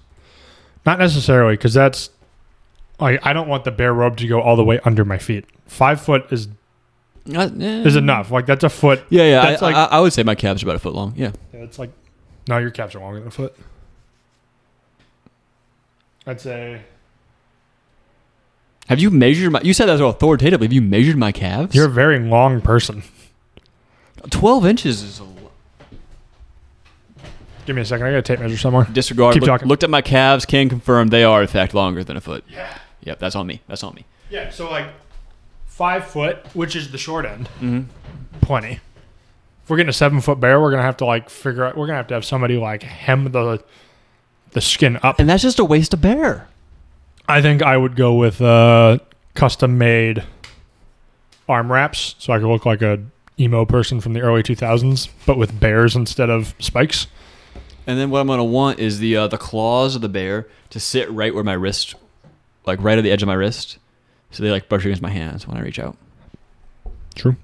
[SPEAKER 2] Not necessarily, because that's like I don't want the bear robe to go all the way under my feet. Five foot is
[SPEAKER 1] Uh, eh.
[SPEAKER 2] is enough. Like that's a foot.
[SPEAKER 1] Yeah, yeah.
[SPEAKER 2] That's
[SPEAKER 1] I,
[SPEAKER 2] like-
[SPEAKER 1] I, I would say my calves are about a foot long. Yeah.
[SPEAKER 2] Yeah, it's like no, your caps are longer than a foot. I'd say
[SPEAKER 1] Have you measured my? You said that was authoritatively. Have you measured my calves?
[SPEAKER 2] you're a very long person.
[SPEAKER 1] twelve inches is a lo-
[SPEAKER 2] Give me a second. I got a tape measure somewhere.
[SPEAKER 1] disregard.
[SPEAKER 2] Keep
[SPEAKER 1] Look-
[SPEAKER 2] talking.
[SPEAKER 1] Looked at my calves. Can confirm they are in fact longer than a foot. Yeah. Yep. That's on me. That's on me.
[SPEAKER 2] Yeah, so like five foot, which is the short end,
[SPEAKER 1] Mhm.
[SPEAKER 2] plenty. If we're getting a seven foot bear, we're gonna have to like figure out. We're gonna have to have somebody like hem the the skin up.
[SPEAKER 1] And that's just a waste of bear.
[SPEAKER 2] I think I would go with uh, custom made arm wraps, so I could look like a emo person from the early 2000s, but with bears instead of spikes.
[SPEAKER 1] And then what I'm gonna want is the uh, the claws of the bear to sit right where my wrist, like right at the edge of my wrist, so they like brush against my hands when I reach out.
[SPEAKER 2] True.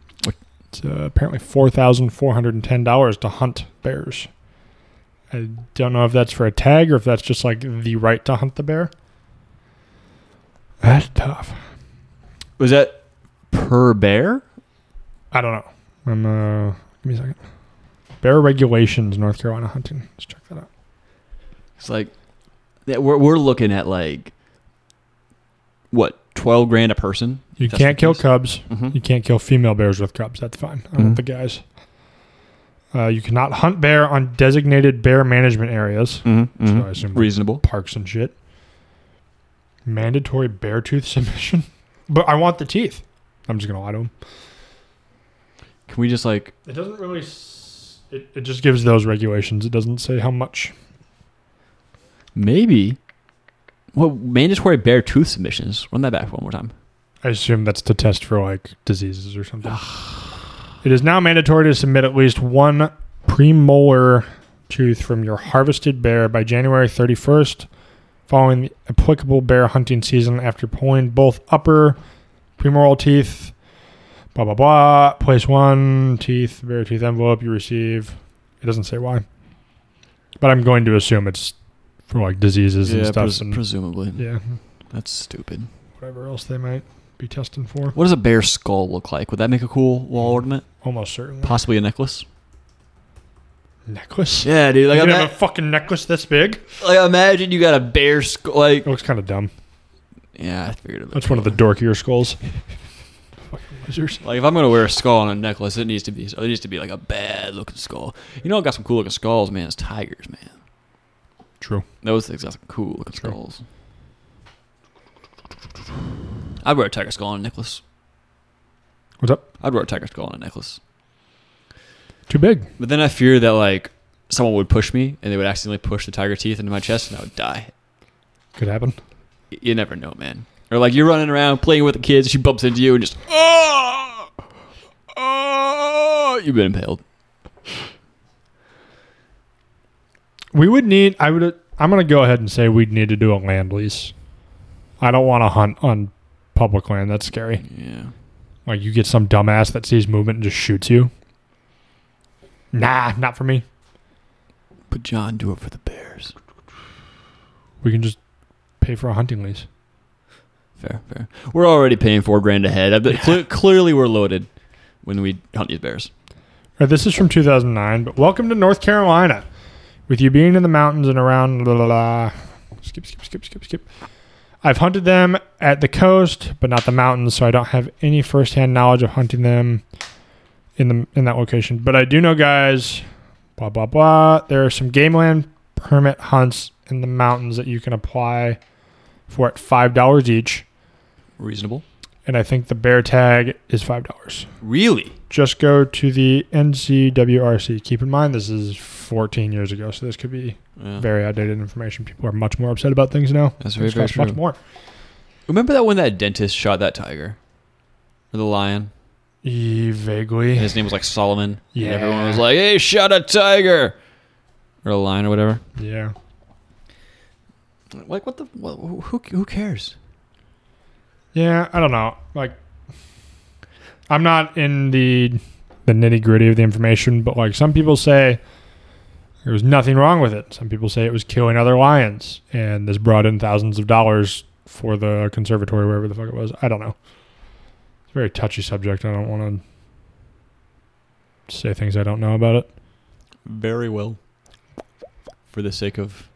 [SPEAKER 2] It's uh, apparently four thousand four hundred and ten dollars to hunt bears. I don't know if that's for a tag or if that's just like the right to hunt the bear. That's tough.
[SPEAKER 1] Was that per bear?
[SPEAKER 2] I don't know. I'm uh, give me a second. Bear regulations, North Carolina hunting. Let's check that out.
[SPEAKER 1] It's like that we're we're looking at like what twelve grand a person.
[SPEAKER 2] You
[SPEAKER 1] If that's
[SPEAKER 2] can't
[SPEAKER 1] the
[SPEAKER 2] kill
[SPEAKER 1] case.
[SPEAKER 2] cubs.
[SPEAKER 1] Mhm.
[SPEAKER 2] You can't kill female bears with cubs. That's fine. I
[SPEAKER 1] Mhm.
[SPEAKER 2] want the guys. Uh, you cannot hunt bear on designated bear management areas.
[SPEAKER 1] Mhm,
[SPEAKER 2] So
[SPEAKER 1] mhm.
[SPEAKER 2] I assume
[SPEAKER 1] Reasonable.
[SPEAKER 2] parks and shit. Mandatory bear tooth submission. But I want the teeth. I'm just gonna lie to him.
[SPEAKER 1] Can we just like
[SPEAKER 2] It doesn't really. S- it, it just gives those regulations. It doesn't say how much.
[SPEAKER 1] maybe? Well, mandatory bare tooth submissions. Run that back one more time.
[SPEAKER 2] I assume that's to test for like diseases or something. it is now mandatory to submit at least one premolar tooth from your harvested bear by January 31st, following the applicable bear hunting season after pulling both upper premolar teeth. Blah blah blah. Place one teeth bear tooth envelope you receive. It doesn't say why, but I'm going to assume it's for like diseases and stuff.
[SPEAKER 1] pres-
[SPEAKER 2] and,
[SPEAKER 1] presumably.
[SPEAKER 2] yeah,
[SPEAKER 1] That's stupid.
[SPEAKER 2] whatever else they might be testing for.
[SPEAKER 1] What does a bear skull look like? Would that make a cool wall ornament?
[SPEAKER 2] Almost certainly.
[SPEAKER 1] Possibly a necklace.
[SPEAKER 2] necklace.
[SPEAKER 1] Yeah, dude.
[SPEAKER 2] you
[SPEAKER 1] Like,
[SPEAKER 2] can
[SPEAKER 1] ima-
[SPEAKER 2] have a fucking necklace this big.
[SPEAKER 1] like imagine you got a bear skull. Like,
[SPEAKER 2] It looks kind of dumb.
[SPEAKER 1] yeah, I figured it. looked
[SPEAKER 2] That's one of the
[SPEAKER 1] cool.
[SPEAKER 2] dorkier skulls. fucking losers.
[SPEAKER 1] Like if I'm gonna wear a skull on a necklace, it needs to be it needs to be like a bad looking skull. You know, I got some cool looking skulls, man. It's tigers, man.
[SPEAKER 2] True.
[SPEAKER 1] Those things got some cool looking
[SPEAKER 2] True.
[SPEAKER 1] skulls. I'd wear a tiger skull on a necklace.
[SPEAKER 2] What's up?
[SPEAKER 1] I'd wear a tiger skull on a necklace.
[SPEAKER 2] Too big.
[SPEAKER 1] But then I fear that like someone would push me and they would accidentally push the tiger teeth into my chest and I would die.
[SPEAKER 2] Could happen.
[SPEAKER 1] Y- You never know, man. Or like you're running around playing with the kids, she bumps into you and just oh, oh, you've been impaled.
[SPEAKER 2] We would need. I would. I'm gonna go ahead and say we'd need to do a land lease. I don't want to hunt on public land. That's scary.
[SPEAKER 1] Yeah.
[SPEAKER 2] Like you get some dumbass that sees movement and just shoots you. Nah, not for me.
[SPEAKER 1] But John, do it for the Bears.
[SPEAKER 2] We can just pay for a hunting lease.
[SPEAKER 1] Fair, fair. We're already paying four grand ahead. I bet- cle- clearly, we're loaded when we hunt these bears.
[SPEAKER 2] Uh, This is from 2009, but welcome to North Carolina. With you being in the mountains and around, la la la. Skip, skip, skip, skip, skip. I've hunted them at the coast, but not the mountains, so I don't have any firsthand knowledge of hunting them in the in that location. But I do know, guys. Blah blah blah. There are some game land permit hunts in the mountains that you can apply for at five dollars each,
[SPEAKER 1] Reasonable.
[SPEAKER 2] and I think the bear tag is five dollars
[SPEAKER 1] Really?
[SPEAKER 2] just go to the NCWRC. Keep in mind, this is 14 years ago, so this could be
[SPEAKER 1] Yeah.
[SPEAKER 2] very outdated information. People are much more upset about things now.
[SPEAKER 1] That's very,
[SPEAKER 2] Things
[SPEAKER 1] very
[SPEAKER 2] cost
[SPEAKER 1] true.
[SPEAKER 2] much more.
[SPEAKER 1] Remember that when that dentist shot that tiger? Or the lion?
[SPEAKER 2] E-
[SPEAKER 1] And
[SPEAKER 2] vaguely.
[SPEAKER 1] his name was like Solomon.
[SPEAKER 2] Yeah.
[SPEAKER 1] And everyone was like, hey, shot a tiger! Or a lion or whatever.
[SPEAKER 2] Yeah.
[SPEAKER 1] Like, what the? What, who, who cares?
[SPEAKER 2] Yeah, I don't know. Like, I'm not in the the nitty gritty of the information, but like some people say there was nothing wrong with it. Some people say it was killing other lions, and this brought in thousands of dollars for the conservatory, wherever the fuck it was. I don't know. It's a very touchy subject. I don't want to say things I don't know about it.
[SPEAKER 1] Very well. For the sake of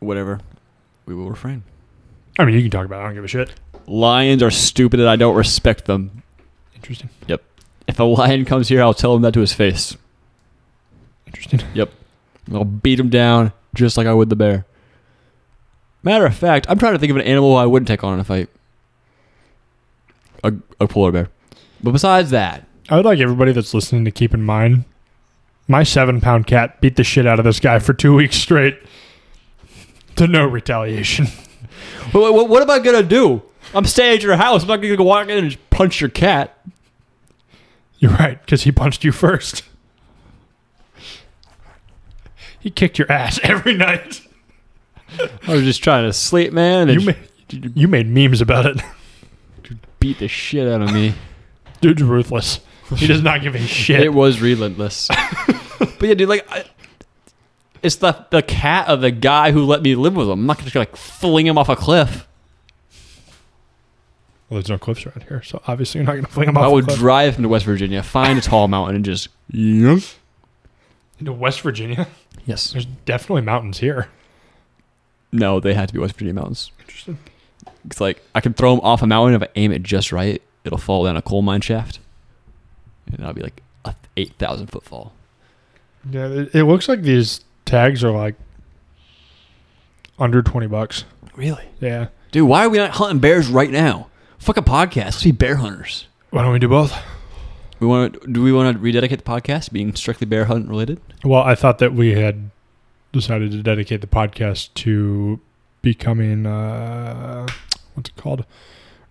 [SPEAKER 1] whatever, we will refrain.
[SPEAKER 2] I mean, you can talk about it. I don't give a shit.
[SPEAKER 1] Lions are stupid and I don't respect them.
[SPEAKER 2] Interesting.
[SPEAKER 1] If a lion comes here, I'll tell him that to his face.
[SPEAKER 2] Interesting.
[SPEAKER 1] I'll beat him down just like I would the bear. Matter of fact, I'm trying to think of an animal I wouldn't take on in a fight. A, a polar bear. But besides that,
[SPEAKER 2] I would like everybody that's listening to keep in mind my seven pound cat beat the shit out of this guy for two weeks straight to no retaliation.
[SPEAKER 1] what, what, what am I gonna do? I'm staying at your house. I'm not gonna go walk in and just punch your cat.
[SPEAKER 2] You're right, because he punched you first. He kicked your ass every night.
[SPEAKER 1] I was just trying to sleep, man. And
[SPEAKER 2] You,
[SPEAKER 1] you
[SPEAKER 2] ma- you made memes about it.
[SPEAKER 1] beat the shit out of me.
[SPEAKER 2] Dude's ruthless. He does not give a
[SPEAKER 1] It
[SPEAKER 2] shit.
[SPEAKER 1] was relentless. but yeah, dude, like, I, it's the the cat of the guy who let me live with him. I'm not gonna like fling him off a cliff.
[SPEAKER 2] Well, there's no cliffs around here, so obviously you're not going to fling him off
[SPEAKER 1] I
[SPEAKER 2] a
[SPEAKER 1] would
[SPEAKER 2] cliff.
[SPEAKER 1] drive him to West Virginia, find a tall mountain, and just yes,
[SPEAKER 2] Into West Virginia?
[SPEAKER 1] yes.
[SPEAKER 2] There's definitely mountains here.
[SPEAKER 1] No, they had to be West Virginia mountains.
[SPEAKER 2] Interesting.
[SPEAKER 1] It's like I can throw him off a mountain if I aim it just right. It'll fall down a coal mine shaft, and I'll be like a eight thousand foot fall.
[SPEAKER 2] Yeah, it, it looks like these tags are like under twenty bucks.
[SPEAKER 1] Really,
[SPEAKER 2] Yeah.
[SPEAKER 1] dude? Why are we not hunting bears right now? Fuck a podcast. Let's be bear hunters.
[SPEAKER 2] Why don't we do both?
[SPEAKER 1] We want to. Do we want to rededicate the podcast to being strictly bear hunt related?
[SPEAKER 2] Well, I thought that we had decided to dedicate the podcast to becoming uh, what's it called?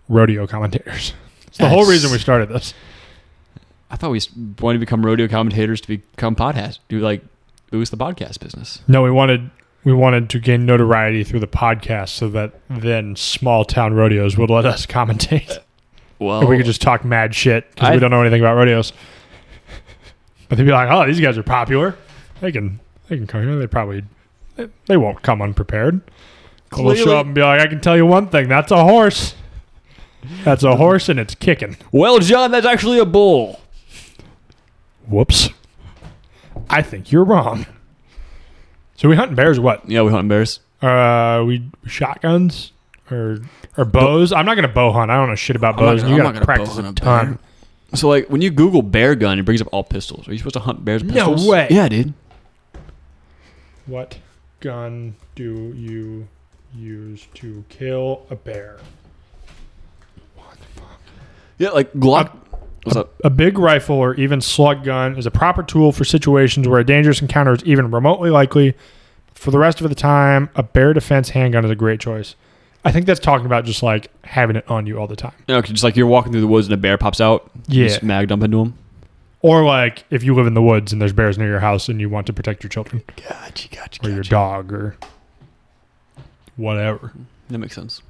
[SPEAKER 2] Rodeo commentators. It's the whole
[SPEAKER 1] Yes.
[SPEAKER 2] reason we started this.
[SPEAKER 1] I thought we s- wanted to become rodeo commentators to become podcast. Do like boost the podcast business.
[SPEAKER 2] No, we wanted we wanted to gain notoriety through the podcast so that then small town rodeos would let us commentate.
[SPEAKER 1] Well,
[SPEAKER 2] Or we could just talk mad shit because
[SPEAKER 1] Oh. I-
[SPEAKER 2] we don't know anything about rodeos. but they'd be like, "Oh, these guys are popular. They can they can come here. They probably they, they won't come unprepared. But We'll show
[SPEAKER 1] Clearly-
[SPEAKER 2] up and be like, I can tell you one thing. That's a horse. That's a horse, and it's kicking.
[SPEAKER 1] Well, John, that's actually a bull.
[SPEAKER 2] Whoops. I think you're wrong. So we hunting bears. What?
[SPEAKER 1] Yeah, we hunt bears.
[SPEAKER 2] Uh, we shotguns or or bows. I'm not gonna bow hunt. I don't know shit about
[SPEAKER 1] I'm not
[SPEAKER 2] bows.
[SPEAKER 1] gonna-
[SPEAKER 2] and
[SPEAKER 1] I'm
[SPEAKER 2] you
[SPEAKER 1] not
[SPEAKER 2] gotta
[SPEAKER 1] gonna bow
[SPEAKER 2] practice
[SPEAKER 1] hunt
[SPEAKER 2] a
[SPEAKER 1] a
[SPEAKER 2] ton.
[SPEAKER 1] bear. So, like, when you Google bear gun, it brings up all pistols. Are you supposed to hunt bears? with
[SPEAKER 2] No
[SPEAKER 1] Pistols?
[SPEAKER 2] way.
[SPEAKER 1] Yeah, dude.
[SPEAKER 2] What gun do you use to kill a bear?
[SPEAKER 1] Yeah, like Glock. What's up?
[SPEAKER 2] A big rifle or even slug gun is a proper tool for situations where a dangerous encounter is even remotely likely. For the rest of the time, a bear defense handgun is a great choice. I think that's talking about just like having it on you all the time.
[SPEAKER 1] No, 'cause just like you're walking through the woods and a bear pops out. you just mag dump into him.
[SPEAKER 2] Or like if you live in the woods and there's bears near your house and you want to protect your children
[SPEAKER 1] Gotcha, gotcha,
[SPEAKER 2] or your dog or whatever.
[SPEAKER 1] That makes sense.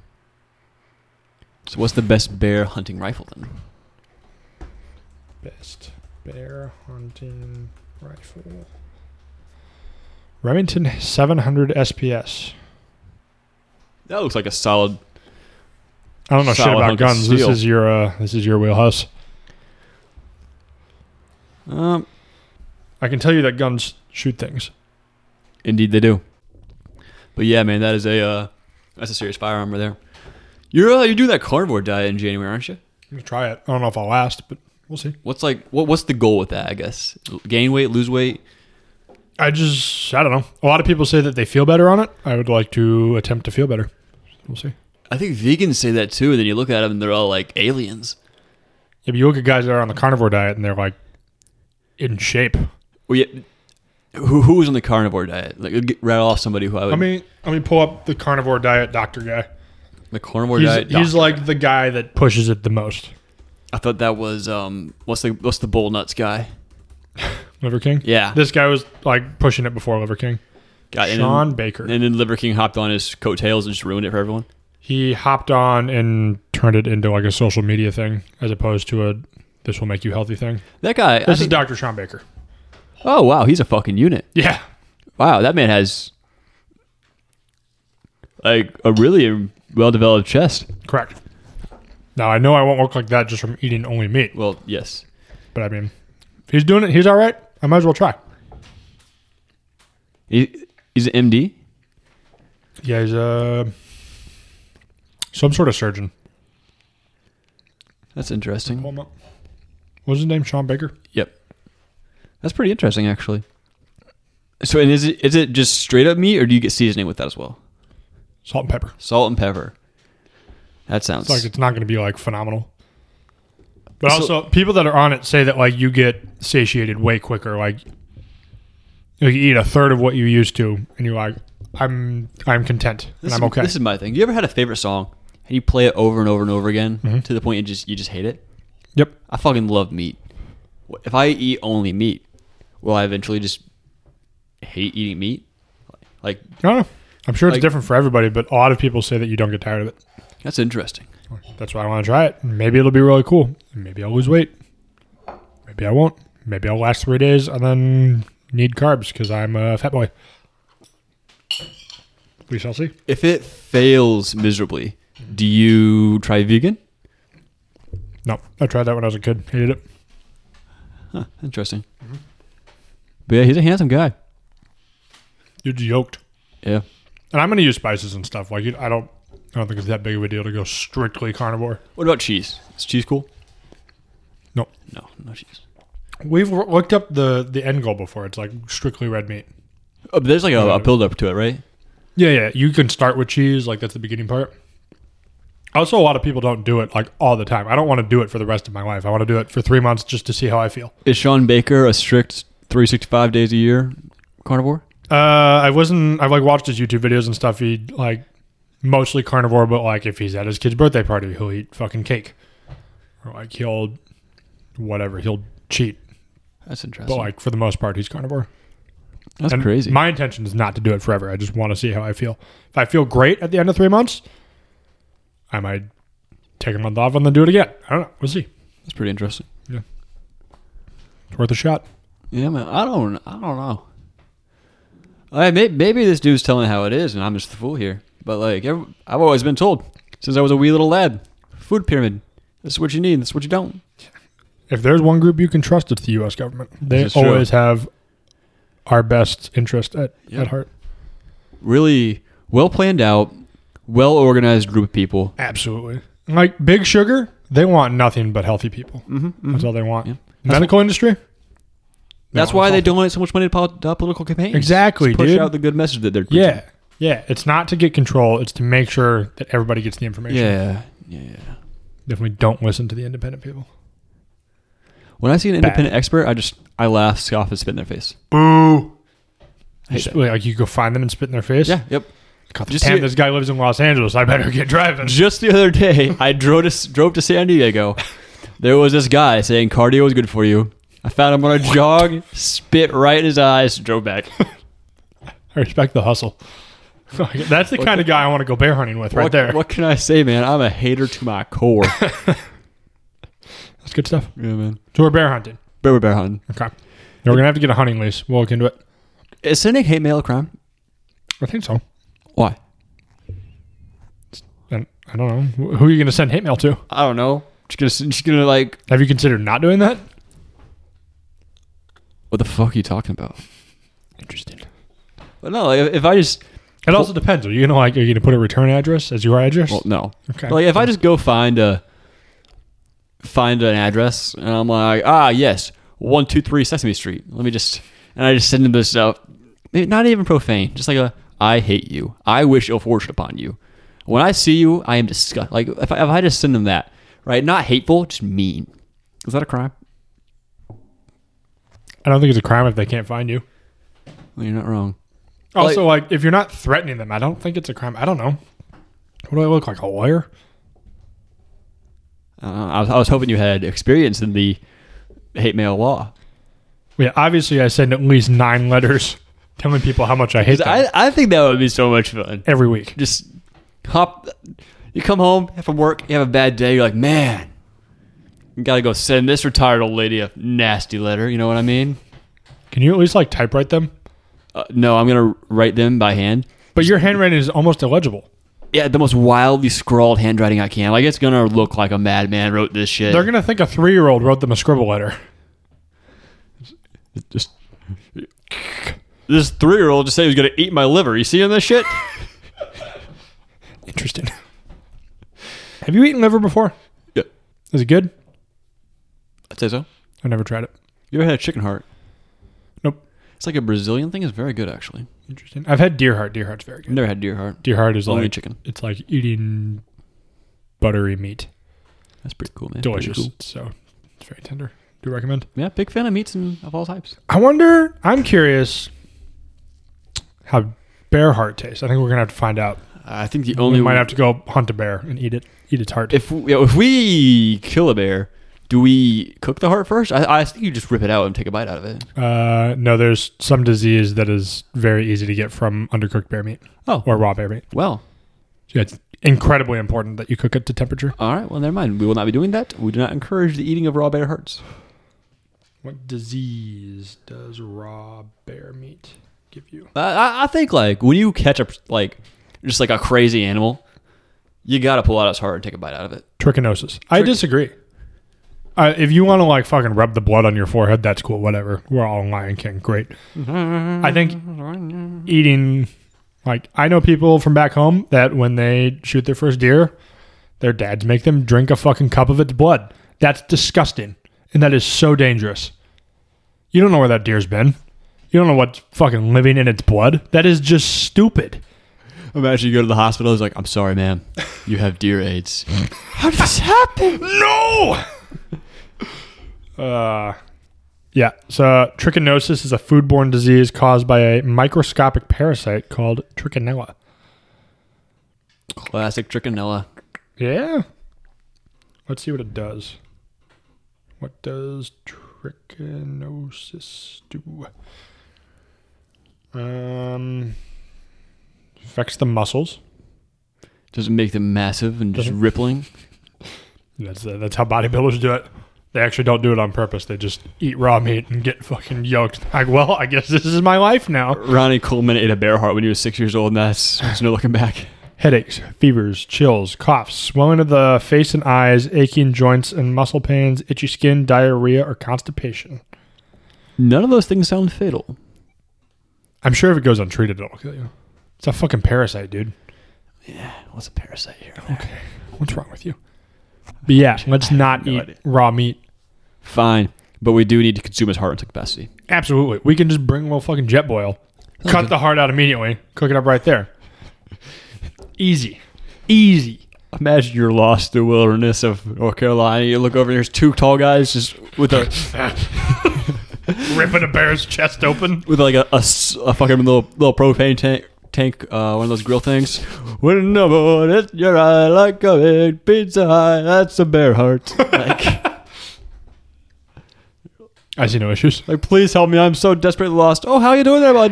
[SPEAKER 1] So, what's the best bear hunting rifle then?
[SPEAKER 2] Best bear hunting rifle. Remington 700 SPS.
[SPEAKER 1] That looks like a solid.
[SPEAKER 2] I don't know
[SPEAKER 1] Solid
[SPEAKER 2] shit about
[SPEAKER 1] hunk of
[SPEAKER 2] guns. This
[SPEAKER 1] steel.
[SPEAKER 2] is your uh, this is your wheelhouse.
[SPEAKER 1] Um,
[SPEAKER 2] I can tell you that guns shoot things.
[SPEAKER 1] Indeed, they do. But yeah, man, that is a uh, that's a serious firearm right there. You're uh, you're doing that carnivore diet in January, aren't you?
[SPEAKER 2] I'm gonna try it. I don't know if I'll last, but we'll see.
[SPEAKER 1] What's like what what's the goal with that? I guess gain weight, lose weight.
[SPEAKER 2] I just I don't know. A lot of people say that they feel better on it. I would like to attempt to feel better. We'll see.
[SPEAKER 1] I think vegans say that too, and then you look at them and they're all like aliens.
[SPEAKER 2] Yeah, but you look at guys that are on the carnivore diet and they're like in shape.
[SPEAKER 1] Well, yeah, who who was on the carnivore diet? Like get, rattle off somebody who I would.
[SPEAKER 2] Let me let me pull up the carnivore diet doctor guy.
[SPEAKER 1] the carnivore
[SPEAKER 2] He's,
[SPEAKER 1] diet.
[SPEAKER 2] he's
[SPEAKER 1] doctor.
[SPEAKER 2] like the guy that pushes it the most.
[SPEAKER 1] I thought that was um what's the what's the bull nuts guy?
[SPEAKER 2] Liver King.
[SPEAKER 1] Yeah,
[SPEAKER 2] This guy was like pushing it before Liver King.
[SPEAKER 1] Got- and then-
[SPEAKER 2] Sean Baker.
[SPEAKER 1] And then Liver King hopped on his coattails and just ruined it for everyone.
[SPEAKER 2] he hopped on and turned it into like a social media thing as opposed to a this will make you healthy thing.
[SPEAKER 1] That guy. I
[SPEAKER 2] This is
[SPEAKER 1] think-
[SPEAKER 2] Dr. Sean Baker.
[SPEAKER 1] oh wow, he's a fucking unit.
[SPEAKER 2] Yeah.
[SPEAKER 1] Wow, that man has like a really well developed chest.
[SPEAKER 2] Correct. Now I know I won't look like that just from eating only meat,
[SPEAKER 1] Well, yes.
[SPEAKER 2] but I mean if he's doing it, he's all right. I might as well try.
[SPEAKER 1] He, he's an MD.
[SPEAKER 2] Yeah, he's uh some sort of surgeon.
[SPEAKER 1] That's interesting.
[SPEAKER 2] What was his name? Sean Baker?
[SPEAKER 1] Yep. That's pretty interesting, actually. So, and is it is it just straight up meat, or do you get seasoning with that as well?
[SPEAKER 2] Salt and pepper.
[SPEAKER 1] Salt and pepper. That sounds.
[SPEAKER 2] It's like it's not going to be like phenomenal. But
[SPEAKER 1] So-
[SPEAKER 2] also, people that are on it say that like you get satiated way quicker. Like you eat a third of what you used to, and you're like, I'm I'm content
[SPEAKER 1] this
[SPEAKER 2] and I'm
[SPEAKER 1] is,
[SPEAKER 2] okay.
[SPEAKER 1] This is my thing. You ever had a favorite song and you play it over and over and over again
[SPEAKER 2] Mm-hmm.
[SPEAKER 1] to the point you just you just hate it?
[SPEAKER 2] yep.
[SPEAKER 1] I fucking love meat. If I eat only meat, will I eventually just hate eating meat? Like
[SPEAKER 2] I don't know. I'm sure it's
[SPEAKER 1] Like-
[SPEAKER 2] different for everybody, but a lot of people say that you don't get tired of it.
[SPEAKER 1] that's interesting.
[SPEAKER 2] That's why I want to try it. Maybe it'll be really cool. Maybe I'll lose weight. Maybe I won't. Maybe I'll last three days and then need carbs because I'm a fat boy. We shall see.
[SPEAKER 1] If it fails miserably, do you try vegan?
[SPEAKER 2] No, I tried that when I was a kid. Hated it.
[SPEAKER 1] Huh, interesting.
[SPEAKER 2] Mm-hmm.
[SPEAKER 1] But yeah, he's a handsome guy.
[SPEAKER 2] Dude's yoked.
[SPEAKER 1] Yeah.
[SPEAKER 2] And I'm going to use spices and stuff. Like, you- I don't I don't think it's that big of a deal to go strictly carnivore.
[SPEAKER 1] What about cheese? Is cheese cool?
[SPEAKER 2] No.
[SPEAKER 1] No, no cheese.
[SPEAKER 2] We've w- looked up the the end goal before. It's like strictly red meat.
[SPEAKER 1] Oh, but there's like a,
[SPEAKER 2] Yeah.
[SPEAKER 1] a build up to it, right?
[SPEAKER 2] Yeah, yeah. You can start with cheese. Like that's the beginning part. Also, a lot of people don't do it like all the time. I don't want to do it for the rest of my life. I want to do it for three months just to see how I feel.
[SPEAKER 1] Is Sean Baker a strict 365 days a year carnivore?
[SPEAKER 2] Uh, I wasn't. I've like watched his YouTube videos and stuff. He like mostly carnivore, but like if he's at his kid's birthday party, he'll eat fucking cake, or like he'll whatever. He'll cheat,
[SPEAKER 1] That's
[SPEAKER 2] but
[SPEAKER 1] interesting.
[SPEAKER 2] like for the most part, he's carnivore.
[SPEAKER 1] That's
[SPEAKER 2] And
[SPEAKER 1] crazy.
[SPEAKER 2] My intention is not to do it forever. I just want to see how I feel. If I feel great at the end of three months, I might take a month off and then do it again. I don't know. We'll see.
[SPEAKER 1] That's pretty interesting.
[SPEAKER 2] It's worth a shot.
[SPEAKER 1] Yeah, man. I don't. I don't know. I may, maybe this dude's telling how it is, and I'm just the fool here. But like, every, I've always been told since I was a wee little lad, food pyramid. This is what you need. This is what you don't.
[SPEAKER 2] If there's one group you can trust, it's the U.S. government. They
[SPEAKER 1] is true.
[SPEAKER 2] always have our best interest at,
[SPEAKER 1] Yeah.
[SPEAKER 2] at heart.
[SPEAKER 1] Really well planned out, well organized group of people.
[SPEAKER 2] Absolutely. Like big sugar, they want nothing but healthy people.
[SPEAKER 1] Mm-hmm,
[SPEAKER 2] That's all they want.
[SPEAKER 1] Yeah.
[SPEAKER 2] Medical industry.
[SPEAKER 1] That's
[SPEAKER 2] want
[SPEAKER 1] why they
[SPEAKER 2] healthy-
[SPEAKER 1] donate so much money to polit- to political campaigns.
[SPEAKER 2] Exactly,
[SPEAKER 1] Just push
[SPEAKER 2] dude.
[SPEAKER 1] out the good message that they're preaching.
[SPEAKER 2] Yeah, yeah. It's not to get control. It's to make sure that everybody gets the information.
[SPEAKER 1] yeah, yeah, yeah.
[SPEAKER 2] Definitely don't listen to the independent people.
[SPEAKER 1] When I see an
[SPEAKER 2] Bad.
[SPEAKER 1] independent expert, I just I laugh, scoff, and spit in their face.
[SPEAKER 2] Boo.
[SPEAKER 1] I hate
[SPEAKER 2] Just,
[SPEAKER 1] that.
[SPEAKER 2] like you go find them and spit in their face.
[SPEAKER 1] Yeah, yep.
[SPEAKER 2] God,
[SPEAKER 1] Just
[SPEAKER 2] damn,
[SPEAKER 1] see-
[SPEAKER 2] this guy lives in Los Angeles. I better get driving.
[SPEAKER 1] Just the other day, I drove to drove to San Diego. There was this guy saying cardio is good for you. I found him on a jog, spit right in his eyes, drove back.
[SPEAKER 2] I respect the hustle. That's the
[SPEAKER 1] What
[SPEAKER 2] kind of guy I want to go bear hunting with, right
[SPEAKER 1] what,
[SPEAKER 2] there.
[SPEAKER 1] What can I say, man? I'm a hater to my core. yeah,
[SPEAKER 2] That's good stuff.
[SPEAKER 1] man.
[SPEAKER 2] So we're bear hunting.
[SPEAKER 1] Bear bear hunting.
[SPEAKER 2] Okay. Now we're gonna have to get a hunting lease. We'll look into it.
[SPEAKER 1] Is sending hate mail a crime?
[SPEAKER 2] I think so.
[SPEAKER 1] Why?
[SPEAKER 2] And I don't know who are you going to send hate mail to.
[SPEAKER 1] I don't know. Just gonna just gonna like
[SPEAKER 2] Have you considered not doing that?
[SPEAKER 1] what the fuck are you talking about?
[SPEAKER 2] Interesting.
[SPEAKER 1] But no, like, if I just
[SPEAKER 2] It also depends. Are you gonna like? Are you gonna put a return address as your address?
[SPEAKER 1] well no.
[SPEAKER 2] okay.
[SPEAKER 1] Like if I just go find a find an address and I'm like, ah, yes, one two three Sesame Street. Let me just and I just send him this out. Maybe not even profane, just like a I hate you. I wish ill fortune upon you. When I see you, I am disgust. Like if I, if I just send them that, right? Not hateful, just mean. Is that a crime?
[SPEAKER 2] I don't think it's a crime if they can't find you.
[SPEAKER 1] Well, you're not wrong.
[SPEAKER 2] Also, like, if you're not threatening them, I don't think it's a crime. I don't know. What do I look like? A lawyer?
[SPEAKER 1] Uh, I, was, I was hoping you had experience in the hate mail law.
[SPEAKER 2] Yeah. Obviously, I send at least nine letters telling people how much I hate
[SPEAKER 1] 'Cause
[SPEAKER 2] them
[SPEAKER 1] I, I think that would be so much fun.
[SPEAKER 2] every week.
[SPEAKER 1] just hop. You come home from work, you have a bad day. You're like, man, you gotta go send this retired old lady a nasty letter. You know what I mean?
[SPEAKER 2] Can you at least like typewrite them?
[SPEAKER 1] Uh, no, I'm gonna write them by hand.
[SPEAKER 2] But your handwriting is almost illegible.
[SPEAKER 1] Yeah, the most wildly scrawled handwriting I can. Like it's gonna look like a madman wrote this shit.
[SPEAKER 2] They're gonna think a three-year-old wrote them a scribble letter.
[SPEAKER 1] just this three year old just said he was gonna eat my liver. You seeing this shit?
[SPEAKER 2] Interesting. Have you eaten liver before?
[SPEAKER 1] Yeah.
[SPEAKER 2] Is it good?
[SPEAKER 1] I'd say so.
[SPEAKER 2] I never tried it.
[SPEAKER 1] You ever had a chicken heart?
[SPEAKER 2] Nope.
[SPEAKER 1] It's like a Brazilian thing. It's very good actually.
[SPEAKER 2] Interesting. I've had deer heart. Deer heart's very
[SPEAKER 1] I've
[SPEAKER 2] good.
[SPEAKER 1] never had deer heart.
[SPEAKER 2] Deer heart is
[SPEAKER 1] Only
[SPEAKER 2] like
[SPEAKER 1] chicken.
[SPEAKER 2] it's like eating buttery meat.
[SPEAKER 1] That's pretty cool, man. Pretty
[SPEAKER 2] Delicious.
[SPEAKER 1] cool.
[SPEAKER 2] So it's very tender. Do recommend.
[SPEAKER 1] Yeah, big fan of meats and of all types.
[SPEAKER 2] I wonder. I'm curious how bear heart tastes. I think we're gonna have to find out.
[SPEAKER 1] I think the
[SPEAKER 2] Only
[SPEAKER 1] only
[SPEAKER 2] we might have to go hunt a bear and eat it. Eat its heart.
[SPEAKER 1] if you know, if we kill a bear, do we cook the heart first? I, I think you just rip it out and take a bite out of it.
[SPEAKER 2] uh, no, there's some disease that is very easy to get from undercooked bear meat
[SPEAKER 1] Oh,
[SPEAKER 2] or raw bear meat.
[SPEAKER 1] well,
[SPEAKER 2] Yeah, it's incredibly important that you cook it to temperature.
[SPEAKER 1] all right. Well, never mind. We will not be doing that. We do not encourage the eating of raw bear hearts.
[SPEAKER 2] What disease does raw bear meat give you?
[SPEAKER 1] I- I, I think like when you catch a like just like a crazy animal, you gotta pull out its heart and take a bite out of it.
[SPEAKER 2] Trichinosis. I
[SPEAKER 1] Trich-
[SPEAKER 2] disagree. Uh, if you want to like fucking rub the blood on your forehead, that's cool. Whatever. We're all Lion King. Great. I think eating Like I know people from back home that when they shoot their first deer, their dads make them drink a fucking cup of its blood. That's disgusting, and that is so dangerous. You don't know where that deer's been. You don't know what's fucking living in its blood. That is just stupid.
[SPEAKER 1] Imagine you go to the hospital. It's like, I'm sorry, ma'am, you have deer AIDS. How did this happen?
[SPEAKER 2] No. uh, yeah. So trichinosis is a foodborne disease caused by a microscopic parasite called Trichinella.
[SPEAKER 1] Classic trichinella.
[SPEAKER 2] Yeah. Let's see what it does. What does trichinosis do? Um, affects the muscles.
[SPEAKER 1] Does it make them massive and just
[SPEAKER 2] Doesn't-
[SPEAKER 1] rippling?
[SPEAKER 2] That's uh, that's how bodybuilders do it. They actually don't do it on purpose. They just eat raw meat and get fucking yoked. Like, well, I guess this is my life now.
[SPEAKER 1] Ronnie Coleman ate a bear heart when he was six years old, and that's there's no looking back.
[SPEAKER 2] Headaches, fevers, chills, coughs, swelling of the face and eyes, aching joints and muscle pains, itchy skin, diarrhea, or constipation.
[SPEAKER 1] None of those things sound fatal.
[SPEAKER 2] I'm sure if it goes untreated, it'll kill you. It's a fucking parasite, dude.
[SPEAKER 1] What's a parasite here?
[SPEAKER 2] What's wrong with you? But yeah, let's not
[SPEAKER 1] no
[SPEAKER 2] eat
[SPEAKER 1] idea.
[SPEAKER 2] raw meat.
[SPEAKER 1] Fine, but we do need to consume his heart into capacity.
[SPEAKER 2] Absolutely. We can just bring a little fucking jet boil, cut the heart out immediately, cook it up right there. Easy. Easy.
[SPEAKER 1] Imagine you're lost in the wilderness of North Carolina. You look over, and there's two tall guys just with a
[SPEAKER 2] Ripping a bear's chest open.
[SPEAKER 1] with like a, a s- a fucking little little propane tank tank uh, one of those grill things. When the moon hits your eye like a big pizza high, that's a bear heart. Like,
[SPEAKER 2] I see no issues.
[SPEAKER 1] like please help me, I'm so desperately lost. Oh, how you doing there, bud?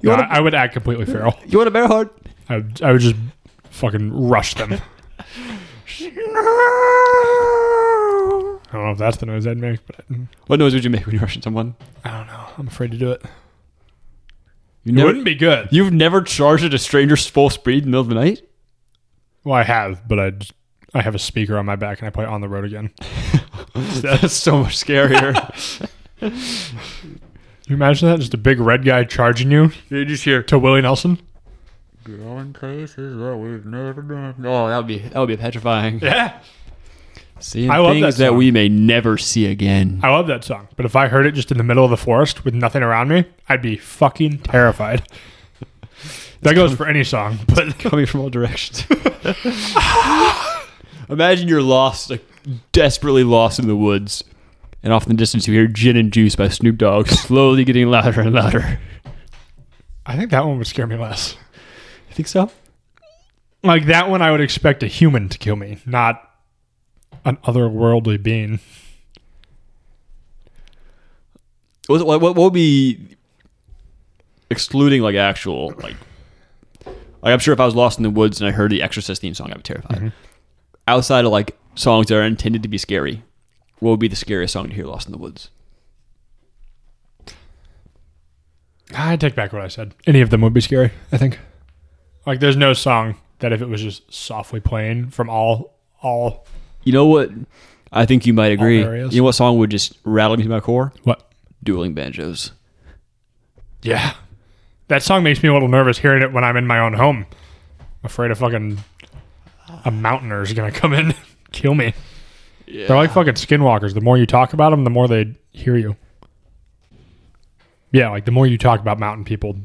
[SPEAKER 1] You
[SPEAKER 2] No,
[SPEAKER 1] want a,
[SPEAKER 2] I I would act completely feral.
[SPEAKER 1] you want a bear heart?
[SPEAKER 2] I, would- I would just fucking rush them. I don't know if that's the noise I'd make, but
[SPEAKER 1] What noise would you make when you're rushing someone?
[SPEAKER 2] I don't know. I'm afraid to do it.
[SPEAKER 1] You
[SPEAKER 2] It wouldn't be good.
[SPEAKER 1] You've never charged at a stranger's full speed in the middle of the night?
[SPEAKER 2] Well, I have, but I just, I have a speaker on my back and I play on the road again.
[SPEAKER 1] That's so much scarier.
[SPEAKER 2] Can you imagine that? Just a big red guy charging you
[SPEAKER 1] you just hear.
[SPEAKER 2] to Willie Nelson.
[SPEAKER 3] Get on cases that we've never done.
[SPEAKER 1] Oh, that would be that would be petrifying.
[SPEAKER 2] Yeah,
[SPEAKER 1] Seeing
[SPEAKER 2] I love
[SPEAKER 1] things
[SPEAKER 2] that
[SPEAKER 1] that,
[SPEAKER 2] song.
[SPEAKER 1] we may never see again.
[SPEAKER 2] I love that song. But if I heard it just in the middle of the forest with nothing around me, I'd be fucking terrified. that goes for any song, but
[SPEAKER 1] coming from all directions. Imagine you're lost, like desperately lost in the woods, and off in the distance you hear "Gin and Juice" by Snoop Dogg, slowly getting louder and louder.
[SPEAKER 2] I think that one would scare me less.
[SPEAKER 1] You think so?
[SPEAKER 2] Like that one, I would expect a human to kill me, not an otherworldly being.
[SPEAKER 1] What, what, what would be excluding like actual like? Like I'm sure if I was lost in the woods and I heard the Exorcist theme song, I'd be terrified. Outside of like songs that are intended to be scary, what would be the scariest song to hear lost in the woods?
[SPEAKER 2] I take back what I said. Any of them would be scary, I think. Like there's no song that if it was just softly playing from all all
[SPEAKER 1] You know what? I think you might agree.
[SPEAKER 2] areas.
[SPEAKER 1] You know what song would just rattle me to my core?
[SPEAKER 2] what
[SPEAKER 1] Dueling banjos.
[SPEAKER 2] Yeah. That song makes me a little nervous hearing it when I'm in my own home. I'm afraid a fucking a mountaineer is gonna come in and kill me.
[SPEAKER 1] Yeah.
[SPEAKER 2] They're like fucking skinwalkers. The more you talk about them, the more they hear you. Yeah, like the more you talk about mountain people,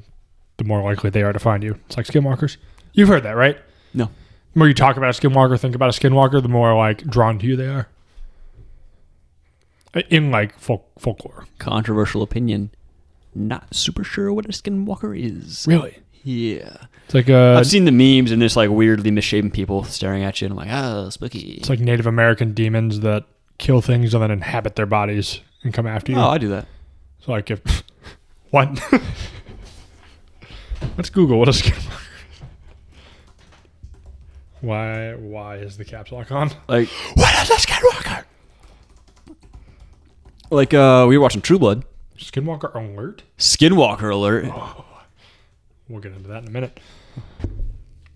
[SPEAKER 2] the more likely they are to find you. It's like skinwalkers. You've heard that, right?
[SPEAKER 1] No.
[SPEAKER 2] The more you talk about a skinwalker, think about a skinwalker, the more like drawn to you they are. In like folk- folklore,
[SPEAKER 1] Controversial opinion. Not super sure what a skinwalker is.
[SPEAKER 2] really.
[SPEAKER 1] Yeah.
[SPEAKER 2] It's like uh, a
[SPEAKER 1] I've seen the memes and this like weirdly misshapen people staring at you and I'm like, oh, spooky.
[SPEAKER 2] It's like Native American demons that kill things and then inhabit their bodies and come after you.
[SPEAKER 1] oh, I do that.
[SPEAKER 2] so like if what? Let's Google what a skinwalker. is. Why? Why is the caps lock on?
[SPEAKER 1] Like What is a skinwalker? Like uh we were watching True Blood.
[SPEAKER 2] Skinwalker alert.
[SPEAKER 1] Skinwalker alert.
[SPEAKER 2] We'll get into that in a minute.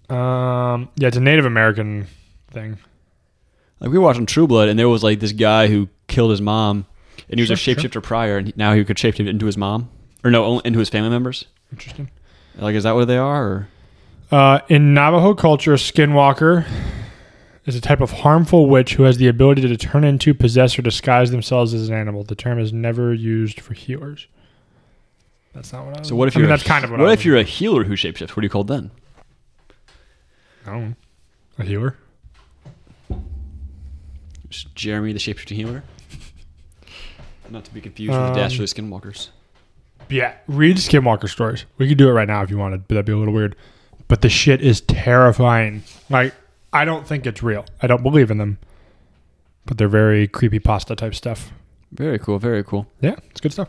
[SPEAKER 2] Um. Yeah, it's a Native American thing.
[SPEAKER 1] Like we were watching True Blood, and there was like this guy who killed his mom, and he was
[SPEAKER 2] Sure,
[SPEAKER 1] a shapeshifter prior, and he- now he could shapeshift into his mom, or no, only into his family members.
[SPEAKER 2] Interesting.
[SPEAKER 1] Like, is that what they are? Or?
[SPEAKER 2] Uh, in Navajo culture, a skinwalker is a type of harmful witch who has the ability to turn into, possess, or disguise themselves as an animal. The term is never used for healers. That's not what I was.
[SPEAKER 1] So what if
[SPEAKER 2] I
[SPEAKER 1] you're
[SPEAKER 2] mean,
[SPEAKER 1] a-
[SPEAKER 2] that's kind of what,
[SPEAKER 1] What
[SPEAKER 2] I
[SPEAKER 1] if
[SPEAKER 2] was-
[SPEAKER 1] you're a healer who shapeshifts? What are you called then?
[SPEAKER 2] I don't know. a healer?
[SPEAKER 1] Is Jeremy the shapeshifting healer? Not to be confused with
[SPEAKER 2] Um,
[SPEAKER 1] the Dastardly Skinwalkers.
[SPEAKER 2] Yeah, read Skinwalker stories. We could do it right now if you wanted, but that'd be a little weird. But the shit is terrifying. Like, I don't think it's real. I don't believe in them. But they're very creepy pasta type stuff.
[SPEAKER 1] Very cool. Very cool.
[SPEAKER 2] Yeah, it's good stuff.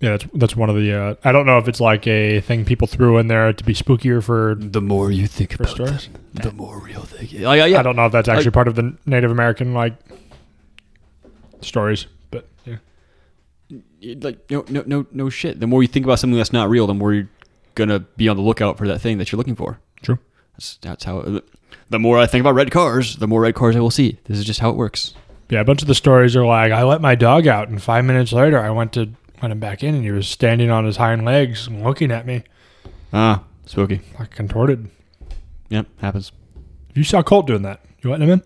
[SPEAKER 2] Yeah, that's that's one of the. Uh, I don't know if it's like a thing people threw in there to be spookier for.
[SPEAKER 1] The more you think
[SPEAKER 2] about stories?
[SPEAKER 1] the more real they get. Like, yeah,
[SPEAKER 2] I don't know if that's
[SPEAKER 1] Like-
[SPEAKER 2] actually part of the Native American like stories, but yeah.
[SPEAKER 1] like no, no, no, no shit. The more you think about something that's not real, the more you're gonna be on the lookout for that thing that you're looking for.
[SPEAKER 2] True.
[SPEAKER 1] That's that's how. It, the more I think about red cars, the more red cars I will see. This is just how it works.
[SPEAKER 2] Yeah, a bunch of the stories are like, I let my dog out, and five minutes later, I went to let him back in, and he was standing on his hind legs and looking at me,
[SPEAKER 1] Ah, spooky.
[SPEAKER 2] like contorted.
[SPEAKER 1] Yep, happens.
[SPEAKER 2] If you saw Colt doing that, you letting him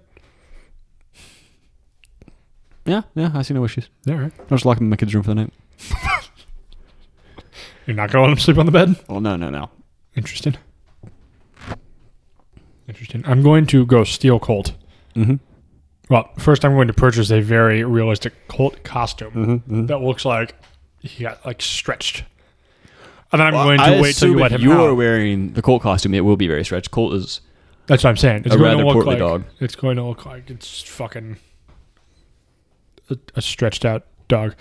[SPEAKER 1] Yeah, yeah. I see no issues.
[SPEAKER 2] in? Yeah, right.
[SPEAKER 1] I'll just lock him in my kid's room for the night.
[SPEAKER 2] You're not gonna let him sleep on the bed.
[SPEAKER 1] Oh no, no, no.
[SPEAKER 2] Interesting. Interesting. I'm going to go steal Colt.
[SPEAKER 1] Mm-hmm.
[SPEAKER 2] Well, first I'm going to purchase a very realistic Colt costume
[SPEAKER 1] Mm-hmm.
[SPEAKER 2] that looks like he got like stretched. And then I'm going to
[SPEAKER 1] I
[SPEAKER 2] wait till you
[SPEAKER 1] assume
[SPEAKER 2] let
[SPEAKER 1] if
[SPEAKER 2] him
[SPEAKER 1] you
[SPEAKER 2] out.
[SPEAKER 1] are wearing the Colt costume, it will be very stretched. Colt is
[SPEAKER 2] That's what I'm saying. It's
[SPEAKER 1] a
[SPEAKER 2] going
[SPEAKER 1] rather
[SPEAKER 2] to look
[SPEAKER 1] portly
[SPEAKER 2] like
[SPEAKER 1] dog.
[SPEAKER 2] it's going to look like it's fucking a, a stretched out dog.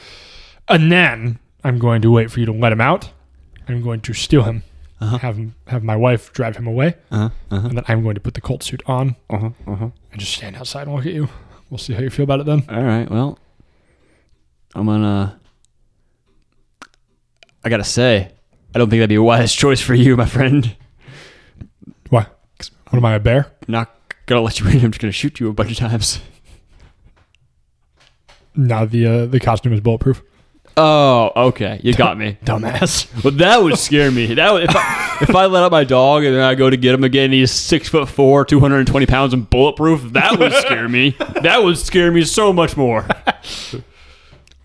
[SPEAKER 2] And then I'm going to wait for you to let him out. I'm going to steal him.
[SPEAKER 1] Uh-huh.
[SPEAKER 2] Have him, have my wife drive him away,
[SPEAKER 1] Uh-huh, uh-huh.
[SPEAKER 2] and then I'm going to put the Colt suit on
[SPEAKER 1] Uh-huh, uh-huh.
[SPEAKER 2] and just stand outside and look at you. We'll see how you feel about it then.
[SPEAKER 1] All right. Well, I'm gonna. I gotta say, I don't think that'd be a wise choice for you, my friend.
[SPEAKER 2] Why? What am I, a bear?
[SPEAKER 1] I'm not gonna let you in. I'm just gonna shoot you a bunch of times.
[SPEAKER 2] No, the uh, the costume is bulletproof.
[SPEAKER 1] Oh, okay. You got me.
[SPEAKER 2] Dumbass.
[SPEAKER 1] Well, that would scare me. That would, if I, if I let out my dog and then I go to get him again, and he's six foot four, two hundred and twenty pounds, and bulletproof. That would scare me. That would scare me so much more.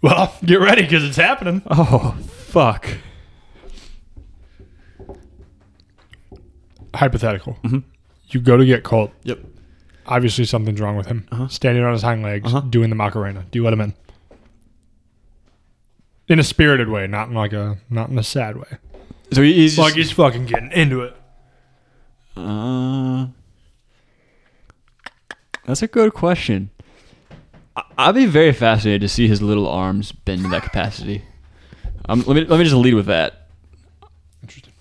[SPEAKER 2] Well, get ready because it's happening.
[SPEAKER 1] Oh, fuck.
[SPEAKER 2] Hypothetical. You go to get Colt.
[SPEAKER 1] Mm-hmm. Yep.
[SPEAKER 2] Obviously, something's wrong with him. Standing on his hind legs,
[SPEAKER 1] Uh-huh.
[SPEAKER 2] doing the Macarena. Do you let him in? In a spirited way, not in like a not in a sad way.
[SPEAKER 1] So he- he's
[SPEAKER 2] Like
[SPEAKER 1] just,
[SPEAKER 2] he's fucking getting into it.
[SPEAKER 1] Uh, that's a good question. I, I'd be very fascinated to see his little arms bend in that capacity. Um, let me let me just lead with that.
[SPEAKER 2] Interesting.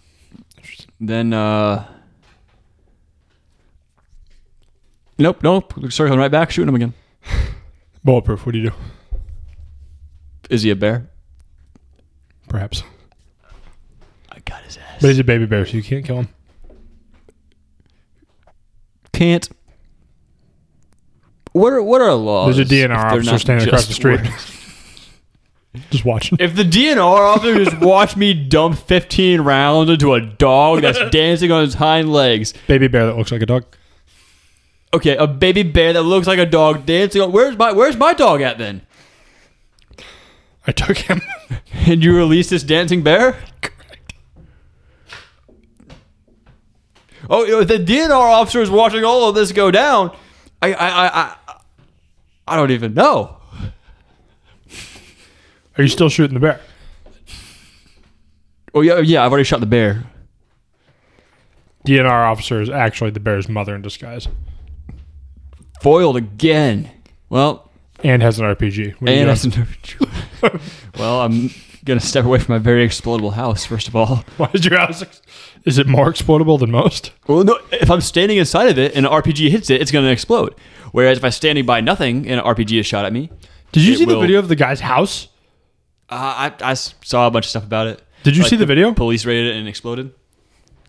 [SPEAKER 2] Interesting.
[SPEAKER 1] Then, uh, nope, nope. Circling right back, shooting him again.
[SPEAKER 2] Bulletproof. What do you do?
[SPEAKER 1] Is he a bear?
[SPEAKER 2] Perhaps,
[SPEAKER 1] I got his ass.
[SPEAKER 2] but he's a baby bear, so you can't kill him.
[SPEAKER 1] Can't. What are what are laws?
[SPEAKER 2] There's a DNR
[SPEAKER 1] if they're
[SPEAKER 2] officer
[SPEAKER 1] not
[SPEAKER 2] standing across the
[SPEAKER 1] just
[SPEAKER 2] street,
[SPEAKER 1] words?
[SPEAKER 2] just watching.
[SPEAKER 1] If the DNR officer just watched me dump 15 rounds into a dog that's dancing on his hind legs,
[SPEAKER 2] Baby bear that looks like a dog.
[SPEAKER 1] okay, a baby bear that looks like a dog dancing on where's my where's my dog at then?
[SPEAKER 2] I took him.
[SPEAKER 1] And you release this dancing bear? Oh, if the DNR officer is watching all of this go down, I I I I, I don't even know.
[SPEAKER 2] Are you still shooting the bear?
[SPEAKER 1] Oh yeah, yeah, I've already shot the bear.
[SPEAKER 2] DNR officer is actually the bear's mother in disguise
[SPEAKER 1] Foiled again. Well,
[SPEAKER 2] and has an RPG. What are
[SPEAKER 1] And
[SPEAKER 2] you doing?
[SPEAKER 1] that's another true. well, I'm gonna step away from my very explodable house first of all.
[SPEAKER 2] Why is your house? ex- Is it more explodable than most?
[SPEAKER 1] Well, no, if I'm standing inside of it and an RPG hits it, it's gonna explode. Whereas if I'm standing by nothing and an RPG is shot at me,
[SPEAKER 2] Did you
[SPEAKER 1] It
[SPEAKER 2] see the
[SPEAKER 1] will.
[SPEAKER 2] video of the guy's house?
[SPEAKER 1] uh, I, I s- saw a bunch of stuff about it.
[SPEAKER 2] Did you see the video?
[SPEAKER 1] Police raided it and exploded.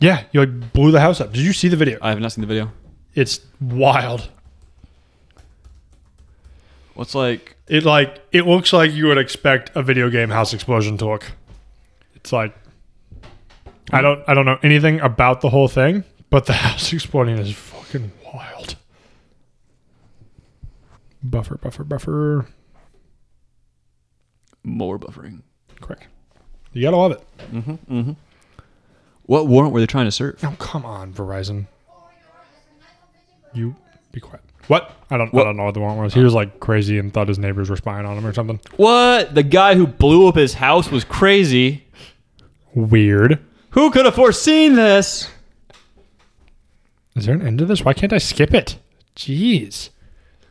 [SPEAKER 2] Yeah, you like blew the house up. Did you see the video?
[SPEAKER 1] I have not seen the video.
[SPEAKER 2] It's wild.
[SPEAKER 1] What's like?
[SPEAKER 2] It like it looks like you would expect a video game house explosion to look. It's like I don't I don't know anything about the whole thing, but the house exploding is fucking wild. Buffer, buffer, buffer.
[SPEAKER 1] More buffering.
[SPEAKER 2] Quick. You gotta love it.
[SPEAKER 1] Mm-hmm. Mm-hmm. What warrant were they trying to serve?
[SPEAKER 2] Oh come on, Verizon. You be quiet. What? I don't
[SPEAKER 1] What?
[SPEAKER 2] I don't know what the warrant was. He was like crazy and thought his neighbors were spying on him or something.
[SPEAKER 1] What? The guy who blew up his house was crazy.
[SPEAKER 2] Weird.
[SPEAKER 1] Who could have foreseen this?
[SPEAKER 2] Is there an end to this? Why can't I skip it? Jeez.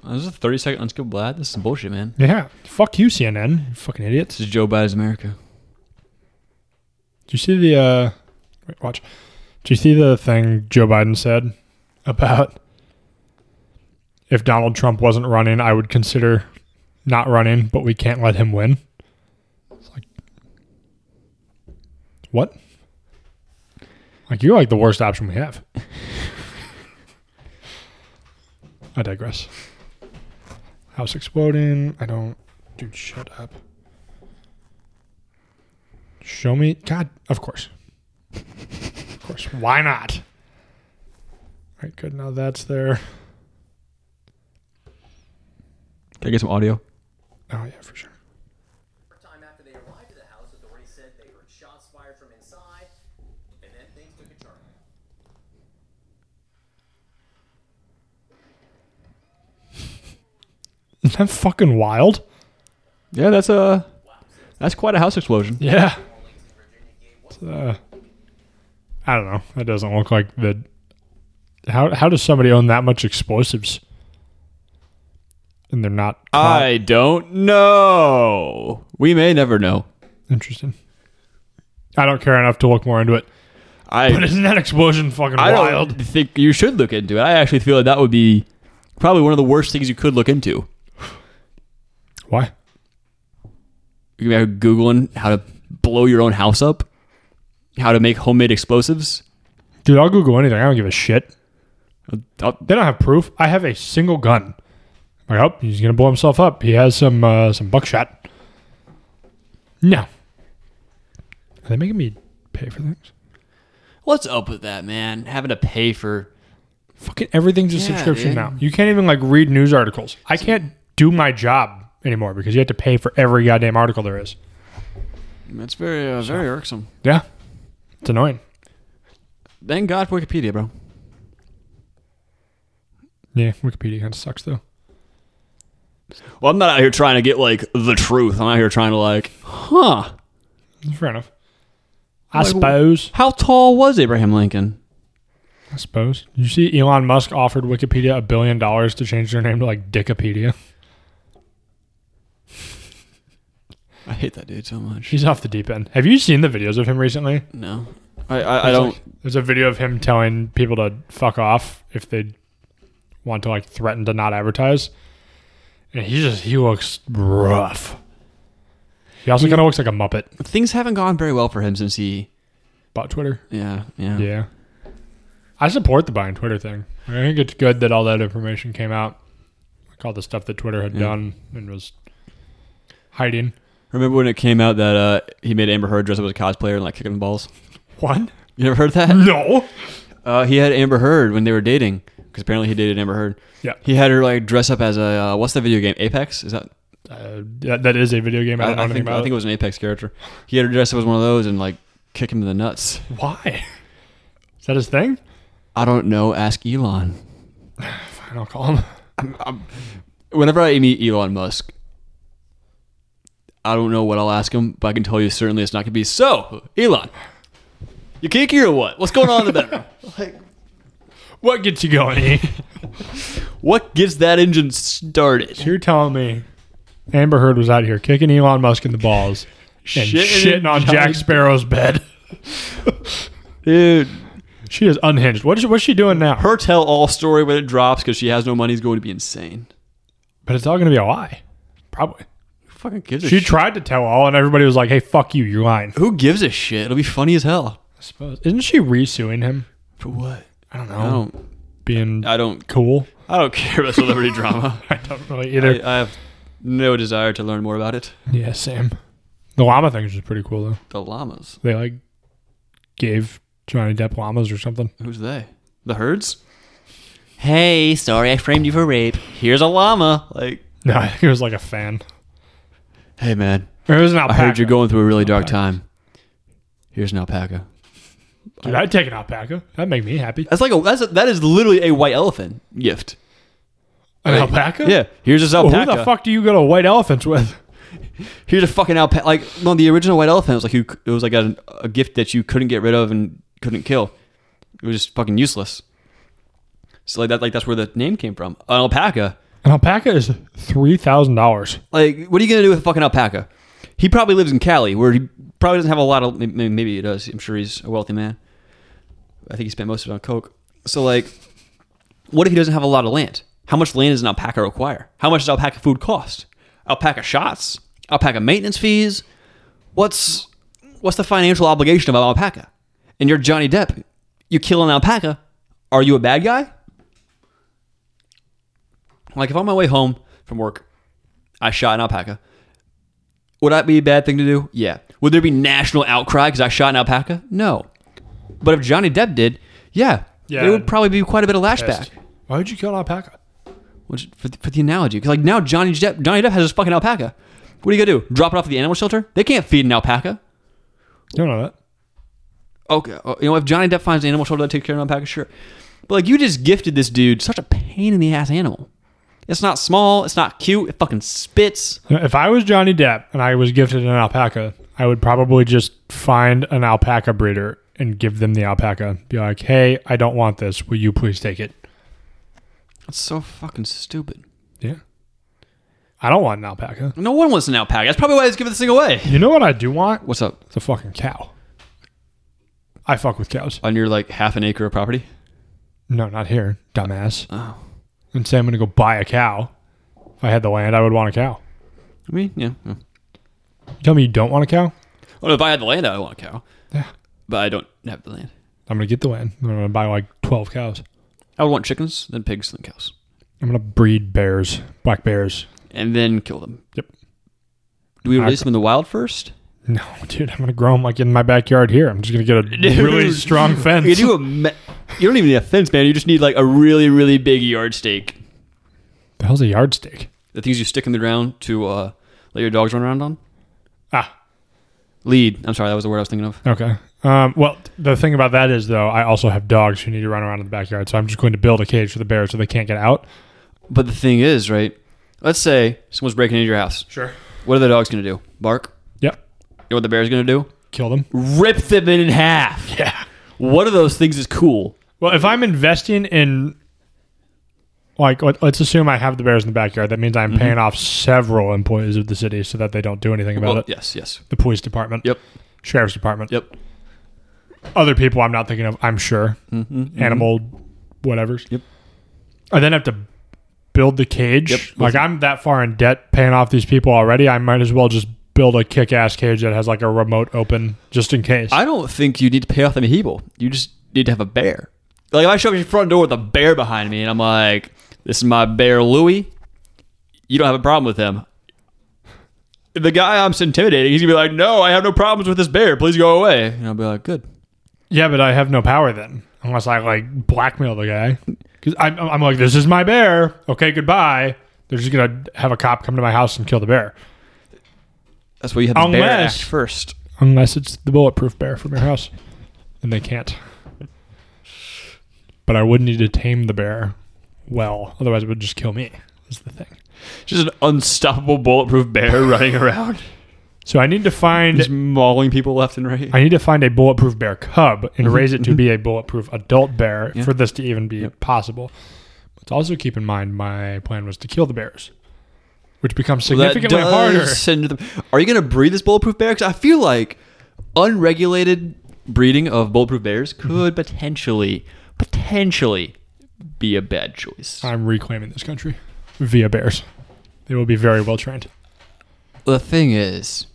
[SPEAKER 1] This is a 30 second unskipped blad. This is some bullshit, man.
[SPEAKER 2] Yeah. Fuck you, CNN. You fucking idiots.
[SPEAKER 1] This is Joe Biden's America.
[SPEAKER 2] Did you see the uh wait, watch. Did you see the thing Joe Biden said about if Donald Trump wasn't running, I would consider not running, but we can't let him win? It's like What? Like you're like the worst option we have. I digress. House exploding. I don't dude, shut up. Show me. God, of course. of course. Why not? All right, good. Now that's there.
[SPEAKER 1] Can I get some audio?
[SPEAKER 2] Oh, yeah, for sure.
[SPEAKER 4] Short time after they arrived at the house, authorities said they heard shots fired from inside, and then things took a turn.
[SPEAKER 2] Isn't that fucking wild?
[SPEAKER 1] Yeah, that's a that's quite a house explosion.
[SPEAKER 2] Yeah. It's, uh, I don't know. That doesn't look like the. How, how does somebody own that much explosives? And they're not. caught?
[SPEAKER 1] I don't know. We may never know.
[SPEAKER 2] Interesting. I don't care enough to look more into it. But
[SPEAKER 1] I
[SPEAKER 2] isn't that explosion fucking
[SPEAKER 1] I
[SPEAKER 2] wild?
[SPEAKER 1] don't think you should look into it. I actually feel that that would be probably one of the worst things you could look into.
[SPEAKER 2] Why?
[SPEAKER 1] You could be googling how to blow your own house up, how to make homemade explosives.
[SPEAKER 2] Dude, I'll Google anything. I don't give a shit.
[SPEAKER 1] Uh,
[SPEAKER 2] They don't have proof. I have a single gun. I'm like, oh, he's gonna blow himself up. He has some uh, some buckshot. No. Are they making me pay for things?
[SPEAKER 1] What's up with that, man? Having to pay for
[SPEAKER 2] Fucking everything's a
[SPEAKER 1] Yeah,
[SPEAKER 2] subscription
[SPEAKER 1] dude.
[SPEAKER 2] now. You can't even like read news articles. I can't do my job anymore because you have to pay for every goddamn article there is.
[SPEAKER 1] that's very uh, very irksome.
[SPEAKER 2] Yeah. It's annoying.
[SPEAKER 1] Thank God for Wikipedia, bro.
[SPEAKER 2] Yeah, Wikipedia kind of sucks though.
[SPEAKER 1] Well, I'm not out here trying to get like the truth. I'm out here trying to like, huh?
[SPEAKER 2] Fair enough. I
[SPEAKER 1] Like,
[SPEAKER 2] suppose.
[SPEAKER 1] How tall was Abraham Lincoln?
[SPEAKER 2] I suppose. You see, Elon Musk offered Wikipedia a billion dollars to change their name to like Dickipedia.
[SPEAKER 1] I hate that dude so much.
[SPEAKER 2] He's off the deep end. Have you seen the videos of him recently?
[SPEAKER 1] No, I I, I don't.
[SPEAKER 2] There's a video of him telling people to fuck off if they want to like threaten to not advertise. And he just he looks rough. He also kind of looks like a muppet
[SPEAKER 1] Things haven't gone very well for him since he.
[SPEAKER 2] bought Twitter.
[SPEAKER 1] Yeah, yeah.
[SPEAKER 2] Yeah. I support the buying Twitter thing. I think it's good that all that information came out. Like all the stuff that Twitter had
[SPEAKER 1] Yeah.
[SPEAKER 2] done and was hiding.
[SPEAKER 1] Remember when it came out that uh, he made Amber Heard dress up as a cosplayer and like kicking balls?
[SPEAKER 2] What?
[SPEAKER 1] You never heard that?
[SPEAKER 2] No.
[SPEAKER 1] Uh, he had Amber Heard when they were dating because apparently he dated Amber Heard.
[SPEAKER 2] Yeah.
[SPEAKER 1] He had her like dress up as a uh, what's the video game? Apex? Is that?
[SPEAKER 2] Uh, that, that is a video game. I don't
[SPEAKER 1] I,
[SPEAKER 2] know
[SPEAKER 1] I
[SPEAKER 2] anything
[SPEAKER 1] think
[SPEAKER 2] about
[SPEAKER 1] I think it was an Apex character. He had her dress up as one of those and like kick him in the nuts.
[SPEAKER 2] Why? Is that his thing?
[SPEAKER 1] I don't know. Ask Elon.
[SPEAKER 2] Fine, I'll call him.
[SPEAKER 1] Whenever I meet Elon Musk, I don't know what I'll ask him, but I can tell you certainly it's not going to be so. Elon, you kinky or what? What's going on in the bedroom?
[SPEAKER 2] What gets you going? E?
[SPEAKER 1] what gets that engine started?
[SPEAKER 2] You're telling me Amber Heard was out here kicking Elon Musk in the balls and
[SPEAKER 1] Shitting in
[SPEAKER 2] shitting on
[SPEAKER 1] Johnny-
[SPEAKER 2] Jack Sparrow's bed.
[SPEAKER 1] Dude,
[SPEAKER 2] She is unhinged. What is what's she doing now?
[SPEAKER 1] her tell all story when it drops because she has no money is going to be insane.
[SPEAKER 2] But it's all going to be a lie, probably.
[SPEAKER 1] Who fucking gives a
[SPEAKER 2] She
[SPEAKER 1] shit?
[SPEAKER 2] tried to tell all, and everybody was like, "Hey, fuck you, you're lying."
[SPEAKER 1] Who gives a shit? It'll be funny as hell.
[SPEAKER 2] I suppose isn't she resuing him?
[SPEAKER 1] For what?
[SPEAKER 2] I don't know.
[SPEAKER 1] I don't.
[SPEAKER 2] Being
[SPEAKER 1] I don't.
[SPEAKER 2] cool.
[SPEAKER 1] I don't care about celebrity drama.
[SPEAKER 2] I don't really
[SPEAKER 1] I, uh,
[SPEAKER 2] either.
[SPEAKER 1] I have no desire to learn more about it.
[SPEAKER 2] yeah, Sam. The llama thing is just pretty cool though.
[SPEAKER 1] The llamas.
[SPEAKER 2] They like gave Johnny Depp llamas or something.
[SPEAKER 1] Who's they? The herds? Hey, sorry I framed you for rape. Here's a llama. Like,
[SPEAKER 2] No, I think it was like a fan.
[SPEAKER 1] hey man,
[SPEAKER 2] Or it was an
[SPEAKER 1] I
[SPEAKER 2] alpaca.
[SPEAKER 1] heard you're going through a really dark
[SPEAKER 2] Alpaca.
[SPEAKER 1] time. Here's an alpaca.
[SPEAKER 2] Dude, I'd take an alpaca. That'd make me happy.
[SPEAKER 1] That's like a that's a, that is literally a white elephant gift.
[SPEAKER 2] An alpaca?
[SPEAKER 1] Yeah, here's this
[SPEAKER 2] Well,
[SPEAKER 1] alpaca.
[SPEAKER 2] who the fuck do you go to white elephants with?
[SPEAKER 1] Here's a fucking alpaca. Like no, the original white elephant was like you, c- it was like a, a gift that you couldn't get rid of and couldn't kill. It was just fucking useless. So like that like that's where the name came from. An alpaca.
[SPEAKER 2] An alpaca is three thousand dollars.
[SPEAKER 1] Like what are you gonna do with a fucking alpaca? He probably lives in Cali, where he probably doesn't have a lot of. may- may- Maybe he does. I'm sure he's a wealthy man. I think he spent most of it on coke. So like, what if he doesn't have a lot of land? How much land does an alpaca require? How much does alpaca food cost? Alpaca shots? Alpaca maintenance fees? What's what's the financial obligation of an alpaca? And you're Johnny Depp. You kill an alpaca. Are you a bad guy? Like if on my way home from work, I shot an alpaca. Would that be a bad thing to do? Yeah. Would there be national outcry because I shot an alpaca? No. But if Johnny Depp did, yeah,
[SPEAKER 2] Yeah.
[SPEAKER 1] there would probably be quite a bit of lashback.
[SPEAKER 2] Why would you kill an alpaca?
[SPEAKER 1] Which for the, for the analogy, because like now Johnny Depp, Johnny Depp has his fucking alpaca. What are you gonna do? Drop it off at the animal shelter? They can't feed an alpaca.
[SPEAKER 2] You don't know that.
[SPEAKER 1] Okay, uh, you know if Johnny Depp finds an animal shelter that takes care of an alpaca, sure. But like you just gifted this dude such a pain in the ass animal. It's not small. It's not cute. It fucking spits.
[SPEAKER 2] If I was Johnny Depp and I was gifted an alpaca, I would probably just find an alpaca breeder and give them the alpaca. Be like, hey, I don't want this. Will you please take it?
[SPEAKER 1] That's so fucking stupid.
[SPEAKER 2] Yeah. I don't want an alpaca.
[SPEAKER 1] No one wants an alpaca. That's probably why he's giving this thing away.
[SPEAKER 2] You know what I do want?
[SPEAKER 1] What's up?
[SPEAKER 2] It's a fucking cow. I fuck with cows.
[SPEAKER 1] On your like half an acre of property?
[SPEAKER 2] No, not here, dumbass.
[SPEAKER 1] Oh.
[SPEAKER 2] And say I'm gonna go buy a cow. If I had the land, I would want a cow.
[SPEAKER 1] I mean, yeah. yeah.
[SPEAKER 2] You tell me you don't want a cow?
[SPEAKER 1] Well, if I had the land, I would want a cow.
[SPEAKER 2] Yeah.
[SPEAKER 1] But I don't have the land.
[SPEAKER 2] I'm gonna get the land. and I'm gonna buy like 12 cows.
[SPEAKER 1] I would want chickens, then pigs, then cows.
[SPEAKER 2] I'm gonna breed bears, black bears.
[SPEAKER 1] and then kill them.
[SPEAKER 2] Yep.
[SPEAKER 1] Do we release them in the wild first?
[SPEAKER 2] No, dude, I'm gonna grow them like in my backyard here. I'm just gonna get a really
[SPEAKER 1] Dude.
[SPEAKER 2] strong fence.
[SPEAKER 1] You do a. ma- you don't even need a fence, man. You just need like a really, really big yard stake.
[SPEAKER 2] the hell's a yardstick?
[SPEAKER 1] The things you stick in the ground to uh, let your dogs run around on.
[SPEAKER 2] Ah,
[SPEAKER 1] Lead. I'm sorry, that was the word I was thinking of.
[SPEAKER 2] okay. Um, well, the thing about that is though, I also have dogs who need to run around in the backyard, so I'm just going to build a cage for the bears so they can't get out.
[SPEAKER 1] But the thing is, right? Let's say someone's breaking into your house.
[SPEAKER 2] Sure.
[SPEAKER 1] What are the dogs gonna do? Bark.
[SPEAKER 2] Yep.
[SPEAKER 1] You know what the bear's gonna do?
[SPEAKER 2] Kill them.
[SPEAKER 1] Rip them in half.
[SPEAKER 2] Yeah.
[SPEAKER 1] One of those things is cool.
[SPEAKER 2] Well, if I'm investing in, like, let, let's assume I have the Bears in the backyard. That means
[SPEAKER 1] Mm-hmm.
[SPEAKER 2] I'm paying off several employees of the city so that they don't do anything about
[SPEAKER 1] Well,
[SPEAKER 2] it.
[SPEAKER 1] yes, yes.
[SPEAKER 2] The police department.
[SPEAKER 1] Yep.
[SPEAKER 2] Sheriff's department.
[SPEAKER 1] Yep.
[SPEAKER 2] Other people I'm not thinking of. I'm sure. Animal, whatever's.
[SPEAKER 1] Mm-hmm. Yep.
[SPEAKER 2] I then have to build the cage.
[SPEAKER 1] Yep.
[SPEAKER 2] Like I'm that far in debt paying off these people already. I might as well just build a kick-ass cage that has like a remote open just in case.
[SPEAKER 1] I don't think you need to pay off the Meheeble. You just need to have a bear. Like if I show up at your front door with a bear behind me and I'm like, this is my bear Louie, you don't have a problem with him. The guy I'm intimidating, he's gonna be like, No, I have no problems with this bear, please go away. And I'll be like, Good.
[SPEAKER 2] Yeah, but I have no power then, unless I like blackmail the guy. Because I'm, I'm like, this is my bear. Okay, goodbye. They're just gonna have a cop come to my house and kill the bear,
[SPEAKER 1] That's why you have the bear
[SPEAKER 2] Unless-
[SPEAKER 1] act first.
[SPEAKER 2] unless it's the bulletproof bear from your house, and they can't. But I would need to tame the bear well, otherwise it would just kill me. Is the thing.
[SPEAKER 1] Just an unstoppable bulletproof bear running around.
[SPEAKER 2] So I need to
[SPEAKER 1] Just
[SPEAKER 2] find.
[SPEAKER 1] mauling people left and right.
[SPEAKER 2] I need to find a bulletproof bear cub and raise it to be a bulletproof adult bear
[SPEAKER 1] Mm-hmm, Yeah.
[SPEAKER 2] for this to even be possible. But also keep in mind, my plan was to kill the bears, which becomes
[SPEAKER 1] That
[SPEAKER 2] significantly
[SPEAKER 1] does
[SPEAKER 2] harder.
[SPEAKER 1] send them- Are you going to breed this bulletproof bear? Because I feel like unregulated breeding of bulletproof bears
[SPEAKER 2] Mm-hmm.
[SPEAKER 1] could potentially, potentially be a bad choice.
[SPEAKER 2] I'm reclaiming this country via bears. They will be very well trained.
[SPEAKER 1] The thing is,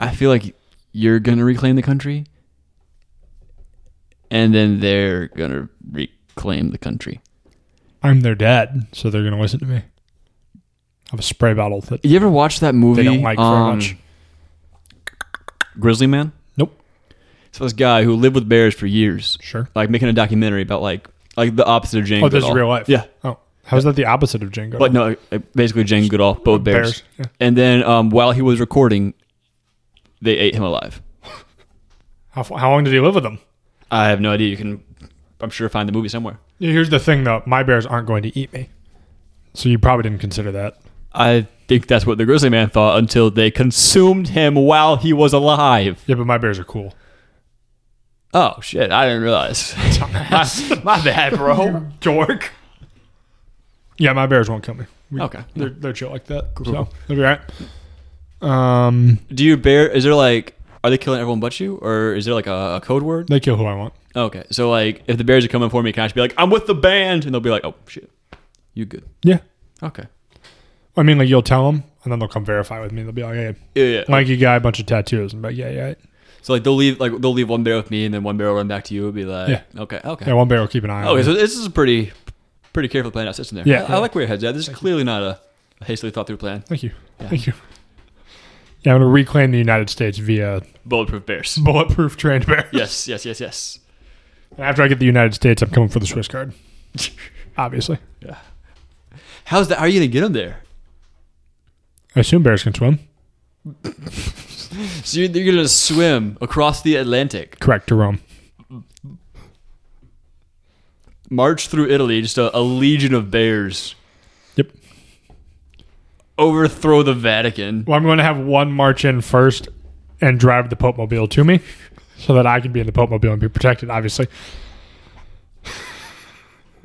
[SPEAKER 1] I feel like you're going to reclaim the country, and then they're going to reclaim the country.
[SPEAKER 2] I'm their dad, so they're going to listen to me. I have a spray bottle that
[SPEAKER 1] You um, ever watch that movie?
[SPEAKER 2] they don't like very
[SPEAKER 1] um,
[SPEAKER 2] much.
[SPEAKER 1] Grizzly Man.
[SPEAKER 2] Nope.
[SPEAKER 1] So this guy who lived with bears for years,
[SPEAKER 2] Sure.
[SPEAKER 1] like making a documentary about like like the opposite of Jane.
[SPEAKER 2] Oh, this is
[SPEAKER 1] Goodall.
[SPEAKER 2] real life.
[SPEAKER 1] Yeah,
[SPEAKER 2] Oh, how's that the opposite of Django?
[SPEAKER 1] but no, like, basically Jane Goodall, both bears.
[SPEAKER 2] Bears, yeah.
[SPEAKER 1] And then um, while he was recording, they ate him alive.
[SPEAKER 2] How, f- how long did he live with them?
[SPEAKER 1] I have no idea. You can, I'm sure, find the movie somewhere.
[SPEAKER 2] Here's the thing, though. My bears aren't going to eat me. So you probably didn't consider that.
[SPEAKER 1] I think that's what the grizzly man thought until they consumed him while he was alive.
[SPEAKER 2] Yeah, but my bears are cool.
[SPEAKER 1] Oh shit! I didn't realize. my, my bad, bro.
[SPEAKER 2] Dork. Yeah, my bears won't kill me. We-
[SPEAKER 1] Okay.
[SPEAKER 2] They're, they're chill like that. So they'll be all right. Um,
[SPEAKER 1] Do you bear? Is there like? Are they killing everyone but you, or is there like a, a code word?
[SPEAKER 2] they kill who I want.
[SPEAKER 1] Okay, so like, if the bears are coming for me, can I just be like, "I'm with the band," and they'll be like, "Oh shit, you good?"
[SPEAKER 2] Yeah.
[SPEAKER 1] Okay.
[SPEAKER 2] I mean, like, you'll tell them, and then they'll come verify with me. They'll be like, hey,
[SPEAKER 1] Yeah, yeah.
[SPEAKER 2] lanky guy, bunch of tattoos. And be like, yeah, yeah.
[SPEAKER 1] so like they'll leave like they'll leave one bear with me, and then one bear will run back to you. and be like,
[SPEAKER 2] Yeah.
[SPEAKER 1] "Okay, okay,
[SPEAKER 2] Yeah, one bear will keep an eye on
[SPEAKER 1] okay."
[SPEAKER 2] me.
[SPEAKER 1] So this is a pretty, pretty careful planned out system there.
[SPEAKER 2] Yeah.
[SPEAKER 1] I, I like where your head's at. This is clearly not a, a hastily thought through plan.
[SPEAKER 2] Thank you. Thank you. Yeah, I'm going to reclaim the United States via
[SPEAKER 1] Bulletproof bears.
[SPEAKER 2] bulletproof trained bears.
[SPEAKER 1] Yes, yes, yes, yes.
[SPEAKER 2] And after I get the United States, I'm coming for the Swiss card. Obviously.
[SPEAKER 1] Yeah. How's that? How are you gonna get them there?
[SPEAKER 2] I assume bears can swim.
[SPEAKER 1] So you're, you're gonna swim across the Atlantic,
[SPEAKER 2] Correct, to Rome.
[SPEAKER 1] march through Italy, just a, a legion of bears,
[SPEAKER 2] Yep.
[SPEAKER 1] overthrow the Vatican.
[SPEAKER 2] Well, I'm going to have one march in first and drive the Pope Mobile to me so that I can be in the Pope Mobile and be protected, obviously.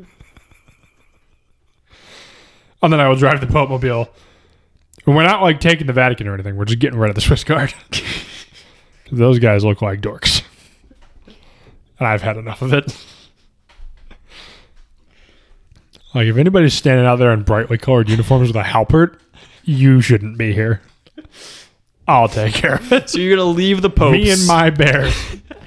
[SPEAKER 2] and then I will drive the Pope Mobile. And We're not like taking the Vatican or anything. We're just getting rid of the Swiss Guard. 'Cause Those guys look like dorks. And I've had enough of it. Like, if anybody's standing out there in brightly colored uniforms with a halberd, you shouldn't be here. I'll take care of it.
[SPEAKER 1] So you're gonna leave the Pope.
[SPEAKER 2] Me and my bear.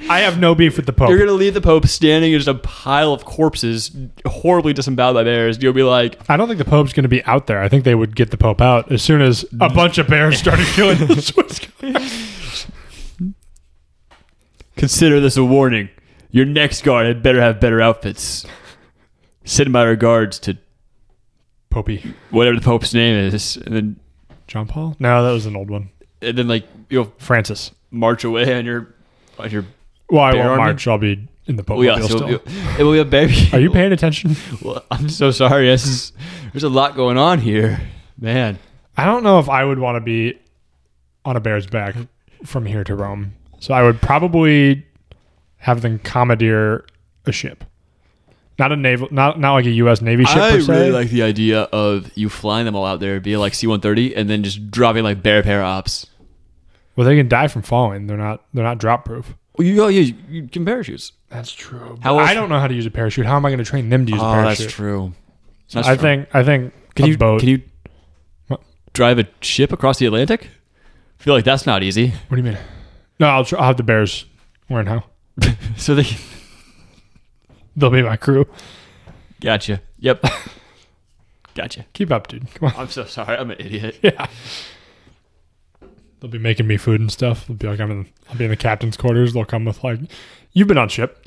[SPEAKER 2] I have no beef with the Pope.
[SPEAKER 1] You're gonna leave the Pope standing in just a pile of corpses, horribly disemboweled by bears. You'll be like,
[SPEAKER 2] I don't think the Pope's going to be out there. I think they would get the Pope out as soon as a bunch of bears started killing the Swiss guard.
[SPEAKER 1] "Consider this a warning. Your next guard had better have better outfits." Send my regards to
[SPEAKER 2] Popey.
[SPEAKER 1] whatever the Pope's name is, and then
[SPEAKER 2] John Paul? No, that was an old one.
[SPEAKER 1] and then like you'll
[SPEAKER 2] Francis.
[SPEAKER 1] march away on your on your
[SPEAKER 2] Well, I
[SPEAKER 1] Bear
[SPEAKER 2] won't
[SPEAKER 1] army?
[SPEAKER 2] march. I'll be in the Pope.
[SPEAKER 1] Well, yeah,
[SPEAKER 2] mobile
[SPEAKER 1] so
[SPEAKER 2] still.
[SPEAKER 1] it, it will be a baby.
[SPEAKER 2] Are you paying attention?
[SPEAKER 1] Well, I'm so sorry. This is, there's a lot going on here, man.
[SPEAKER 2] I don't know if I would want to be on a bear's back from here to Rome. So I would probably have them commandeer a ship. Not a naval, not not like a U.S. Navy ship.
[SPEAKER 1] I
[SPEAKER 2] per se.
[SPEAKER 1] really like the idea of you flying them all out there, being like C-130, and then just dropping like bear pair ops.
[SPEAKER 2] Well, they can die from falling. They're not. They're not drop proof.
[SPEAKER 1] Well, you go, you, you can parachutes.
[SPEAKER 2] That's true.
[SPEAKER 1] How
[SPEAKER 2] I
[SPEAKER 1] else-
[SPEAKER 2] don't know how to use a parachute. How am I going to train them to use a
[SPEAKER 1] Oh,
[SPEAKER 2] parachute?
[SPEAKER 1] that's true. That's
[SPEAKER 2] I
[SPEAKER 1] true.
[SPEAKER 2] think. I think.
[SPEAKER 1] Can
[SPEAKER 2] a
[SPEAKER 1] you
[SPEAKER 2] boat.
[SPEAKER 1] can you
[SPEAKER 2] What?
[SPEAKER 1] drive a ship across the Atlantic? I feel like that's not easy.
[SPEAKER 2] What do you mean? No, I'll, tr- I'll have the bears learn how.
[SPEAKER 1] So they
[SPEAKER 2] They'll be my crew.
[SPEAKER 1] gotcha. Yep. gotcha.
[SPEAKER 2] Keep up, dude. Come on.
[SPEAKER 1] I'm so sorry. I'm an idiot.
[SPEAKER 2] Yeah. They'll be making me food and stuff. They'll be like, I'm in, I'll be in the captain's quarters. They'll come with like, you've been on ship.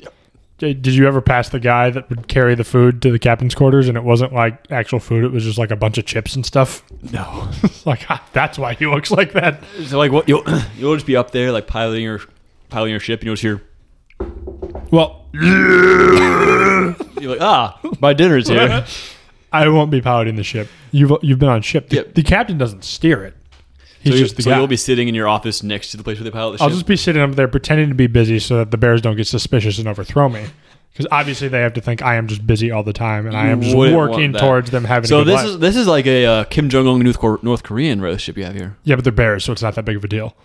[SPEAKER 2] J- Did you ever pass the guy that would carry the food to the captain's quarters? And it wasn't like actual food. It was just like a bunch of chips and stuff.
[SPEAKER 1] No.
[SPEAKER 2] It's like "Ah, that's why he looks like that.
[SPEAKER 1] So like what you'll you'll just be up there like piloting your piloting your ship and you'll just hear
[SPEAKER 2] Well,
[SPEAKER 1] you're like ah my dinner's here.
[SPEAKER 2] I won't be piloting the ship. You've you've been on ship. The,
[SPEAKER 1] Yep.
[SPEAKER 2] the captain doesn't steer it. He's
[SPEAKER 1] so you,
[SPEAKER 2] just the
[SPEAKER 1] so
[SPEAKER 2] guy.
[SPEAKER 1] you'll be sitting in your office next to the place where they pilot the
[SPEAKER 2] I'll
[SPEAKER 1] ship.
[SPEAKER 2] just be sitting up there pretending to be busy so that the bears don't get suspicious and overthrow me. Because obviously they have to think I am just busy all the time and I am just
[SPEAKER 1] wouldn't
[SPEAKER 2] working
[SPEAKER 1] want that.
[SPEAKER 2] towards them having.
[SPEAKER 1] so
[SPEAKER 2] a good
[SPEAKER 1] this
[SPEAKER 2] life.
[SPEAKER 1] is this is like a uh, Kim Jong Un North, Cor- North Korean road ship you have here.
[SPEAKER 2] yeah, but they're bears, so it's not that big of a deal.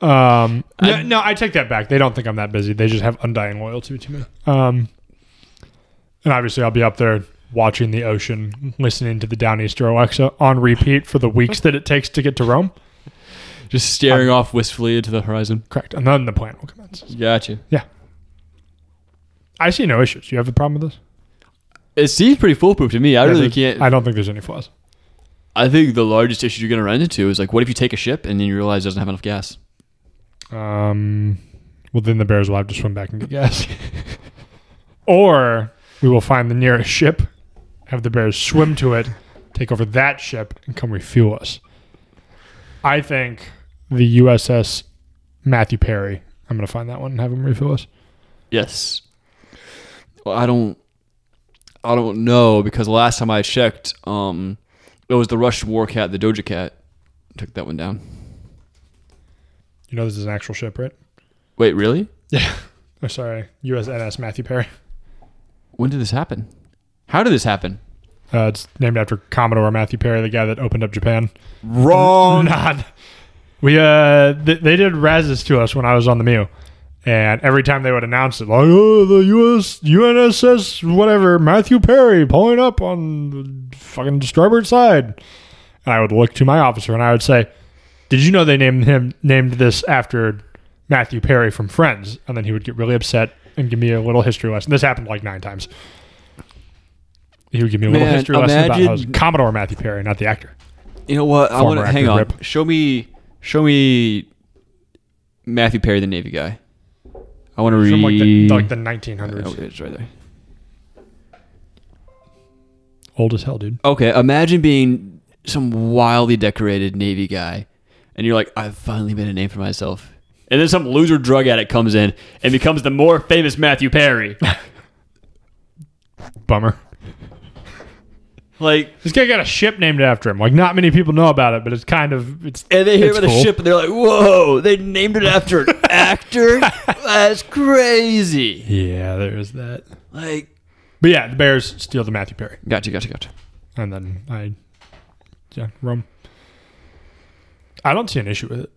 [SPEAKER 2] Um, no, no, I take that back. They don't think I'm that busy. They just have undying loyalty to me. Um, and obviously I'll be up there watching the ocean, listening to the Downeaster Alexa on repeat for the weeks that it takes to get to Rome.
[SPEAKER 1] Just staring off wistfully into the horizon.
[SPEAKER 2] Correct, and then the plan will commence.
[SPEAKER 1] Gotcha.
[SPEAKER 2] Yeah, I see no issues. You have a problem with this?
[SPEAKER 1] It seems pretty foolproof to me. I really
[SPEAKER 2] there's-
[SPEAKER 1] can't.
[SPEAKER 2] I
[SPEAKER 1] I,
[SPEAKER 2] don't think there's any flaws.
[SPEAKER 1] think the largest issue you're going to run into is like, what if you take a ship and then you realize it doesn't have enough gas?
[SPEAKER 2] Um, Well, then the bears will have to swim back and get gas. or we will find the nearest ship, have the bears swim to it, take over that ship, and come refuel us. I think the USS Matthew Perry. I'm gonna find that one and have him refuel us.
[SPEAKER 1] Yes. Well, I don't. I don't know because the last time I checked, um, it was the Russian war cat, the Doja Cat. Took that one down.
[SPEAKER 2] You know this is an actual ship, right?
[SPEAKER 1] Wait, really?
[SPEAKER 2] Yeah. Oh, sorry, USNS Matthew Perry.
[SPEAKER 1] When did this happen? How did this happen?
[SPEAKER 2] Uh, it's named after Commodore Matthew Perry, the guy that opened up Japan.
[SPEAKER 1] Wrong.
[SPEAKER 2] not. We uh, th- they did razzes to us when I was on the Mew, and every time they would announce it, like, oh, the U.S. UNSS whatever Matthew Perry pulling up on the fucking starboard side, and I would look to my officer and I would say, "Did you know they named him named this after Matthew Perry from Friends?" And then he would get really upset and give me a little history lesson. This happened like nine times. He would give me a little
[SPEAKER 1] Man,
[SPEAKER 2] history lesson about how it was
[SPEAKER 1] imagine-
[SPEAKER 2] Commodore Matthew Perry, not the actor.
[SPEAKER 1] You know what? I want
[SPEAKER 2] Former
[SPEAKER 1] to hang
[SPEAKER 2] actor
[SPEAKER 1] on.
[SPEAKER 2] Rip.
[SPEAKER 1] Show me, show me, Matthew Perry, the Navy guy. I want to read.
[SPEAKER 2] From like the, like the 1900s.
[SPEAKER 1] oh, it's right there.
[SPEAKER 2] Old as hell, dude.
[SPEAKER 1] Okay, imagine being some wildly decorated Navy guy, and you're like, I've finally made a name for myself. And then some loser drug addict comes in and becomes the more famous Matthew Perry.
[SPEAKER 2] Bummer.
[SPEAKER 1] like,
[SPEAKER 2] This guy got a ship named after him. Like, not many people know about it, but it's kind of it's.
[SPEAKER 1] and they hear
[SPEAKER 2] it's
[SPEAKER 1] about
[SPEAKER 2] cool.
[SPEAKER 1] the ship and they're like, whoa, they named it after an actor? That's crazy.
[SPEAKER 2] Yeah, there is that.
[SPEAKER 1] Like,
[SPEAKER 2] But yeah, the Bears steal the Matthew Perry,
[SPEAKER 1] gotcha, gotcha, gotcha.
[SPEAKER 2] and then I, yeah, Rome. I don't see an issue with it.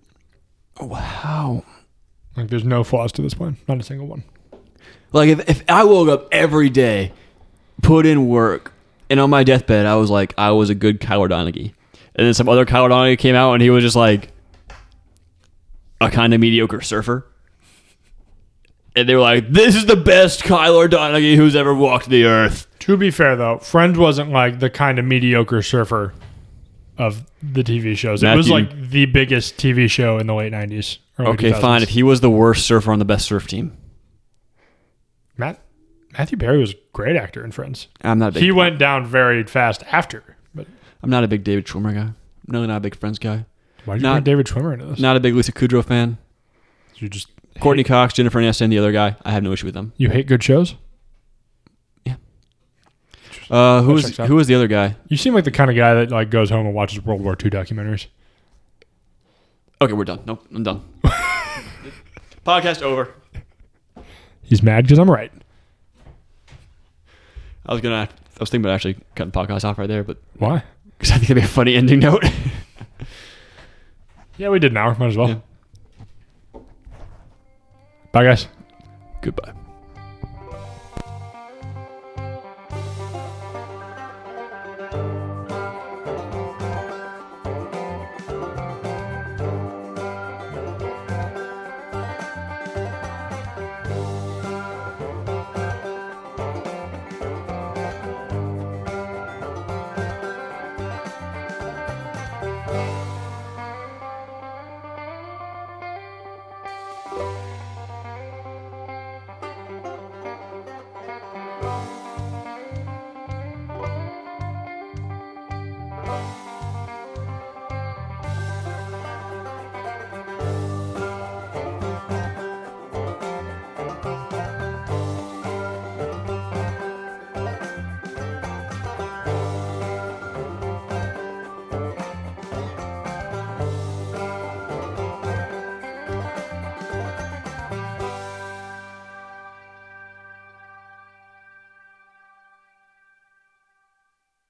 [SPEAKER 1] Wow.
[SPEAKER 2] Like, there's no flaws to this plan. Not a single one.
[SPEAKER 1] Like if, if I woke up every day, put in work, and on my deathbed I was like, I was a good Kyle Donaghy. And then some other Kyle Donaghy came out and he was just like a kind of mediocre surfer. And they were like, This is the best Kyler Donaghy who's ever walked the earth.
[SPEAKER 2] To be fair, though, Friends wasn't like the kind of mediocre surfer of the TV shows. It was
[SPEAKER 1] Matthew-
[SPEAKER 2] like the biggest TV show in the late '90s. early
[SPEAKER 1] Okay,
[SPEAKER 2] 2000s.
[SPEAKER 1] fine. If he was the worst surfer on the best surf team,
[SPEAKER 2] Matt Matthew Perry was a great actor in Friends.
[SPEAKER 1] I'm not a big
[SPEAKER 2] He went down very fast after. But
[SPEAKER 1] I'm not a big David Schwimmer guy. I'm really not a big Friends guy.
[SPEAKER 2] why did you
[SPEAKER 1] Not-
[SPEAKER 2] bring David Schwimmer into this?
[SPEAKER 1] Not a big Lisa Kudrow fan.
[SPEAKER 2] You just
[SPEAKER 1] Courtney Cox, Jennifer Aniston, the other guy. I have no issue with them.
[SPEAKER 2] you hate good shows.
[SPEAKER 1] Uh, who was
[SPEAKER 2] checks out.
[SPEAKER 1] who was the other guy?
[SPEAKER 2] You seem like the kind of guy that like goes home and watches World War II documentaries.
[SPEAKER 1] Okay, we're done. Nope, I'm done. Podcast over.
[SPEAKER 2] He's mad because I'm right.
[SPEAKER 1] I was gonna. I was thinking about actually cutting the podcast off right there, but
[SPEAKER 2] Why?
[SPEAKER 1] because I think that'd be a funny ending note.
[SPEAKER 2] Yeah, we did an hour. Might as well.
[SPEAKER 1] Yeah.
[SPEAKER 2] Bye, guys.
[SPEAKER 1] Goodbye.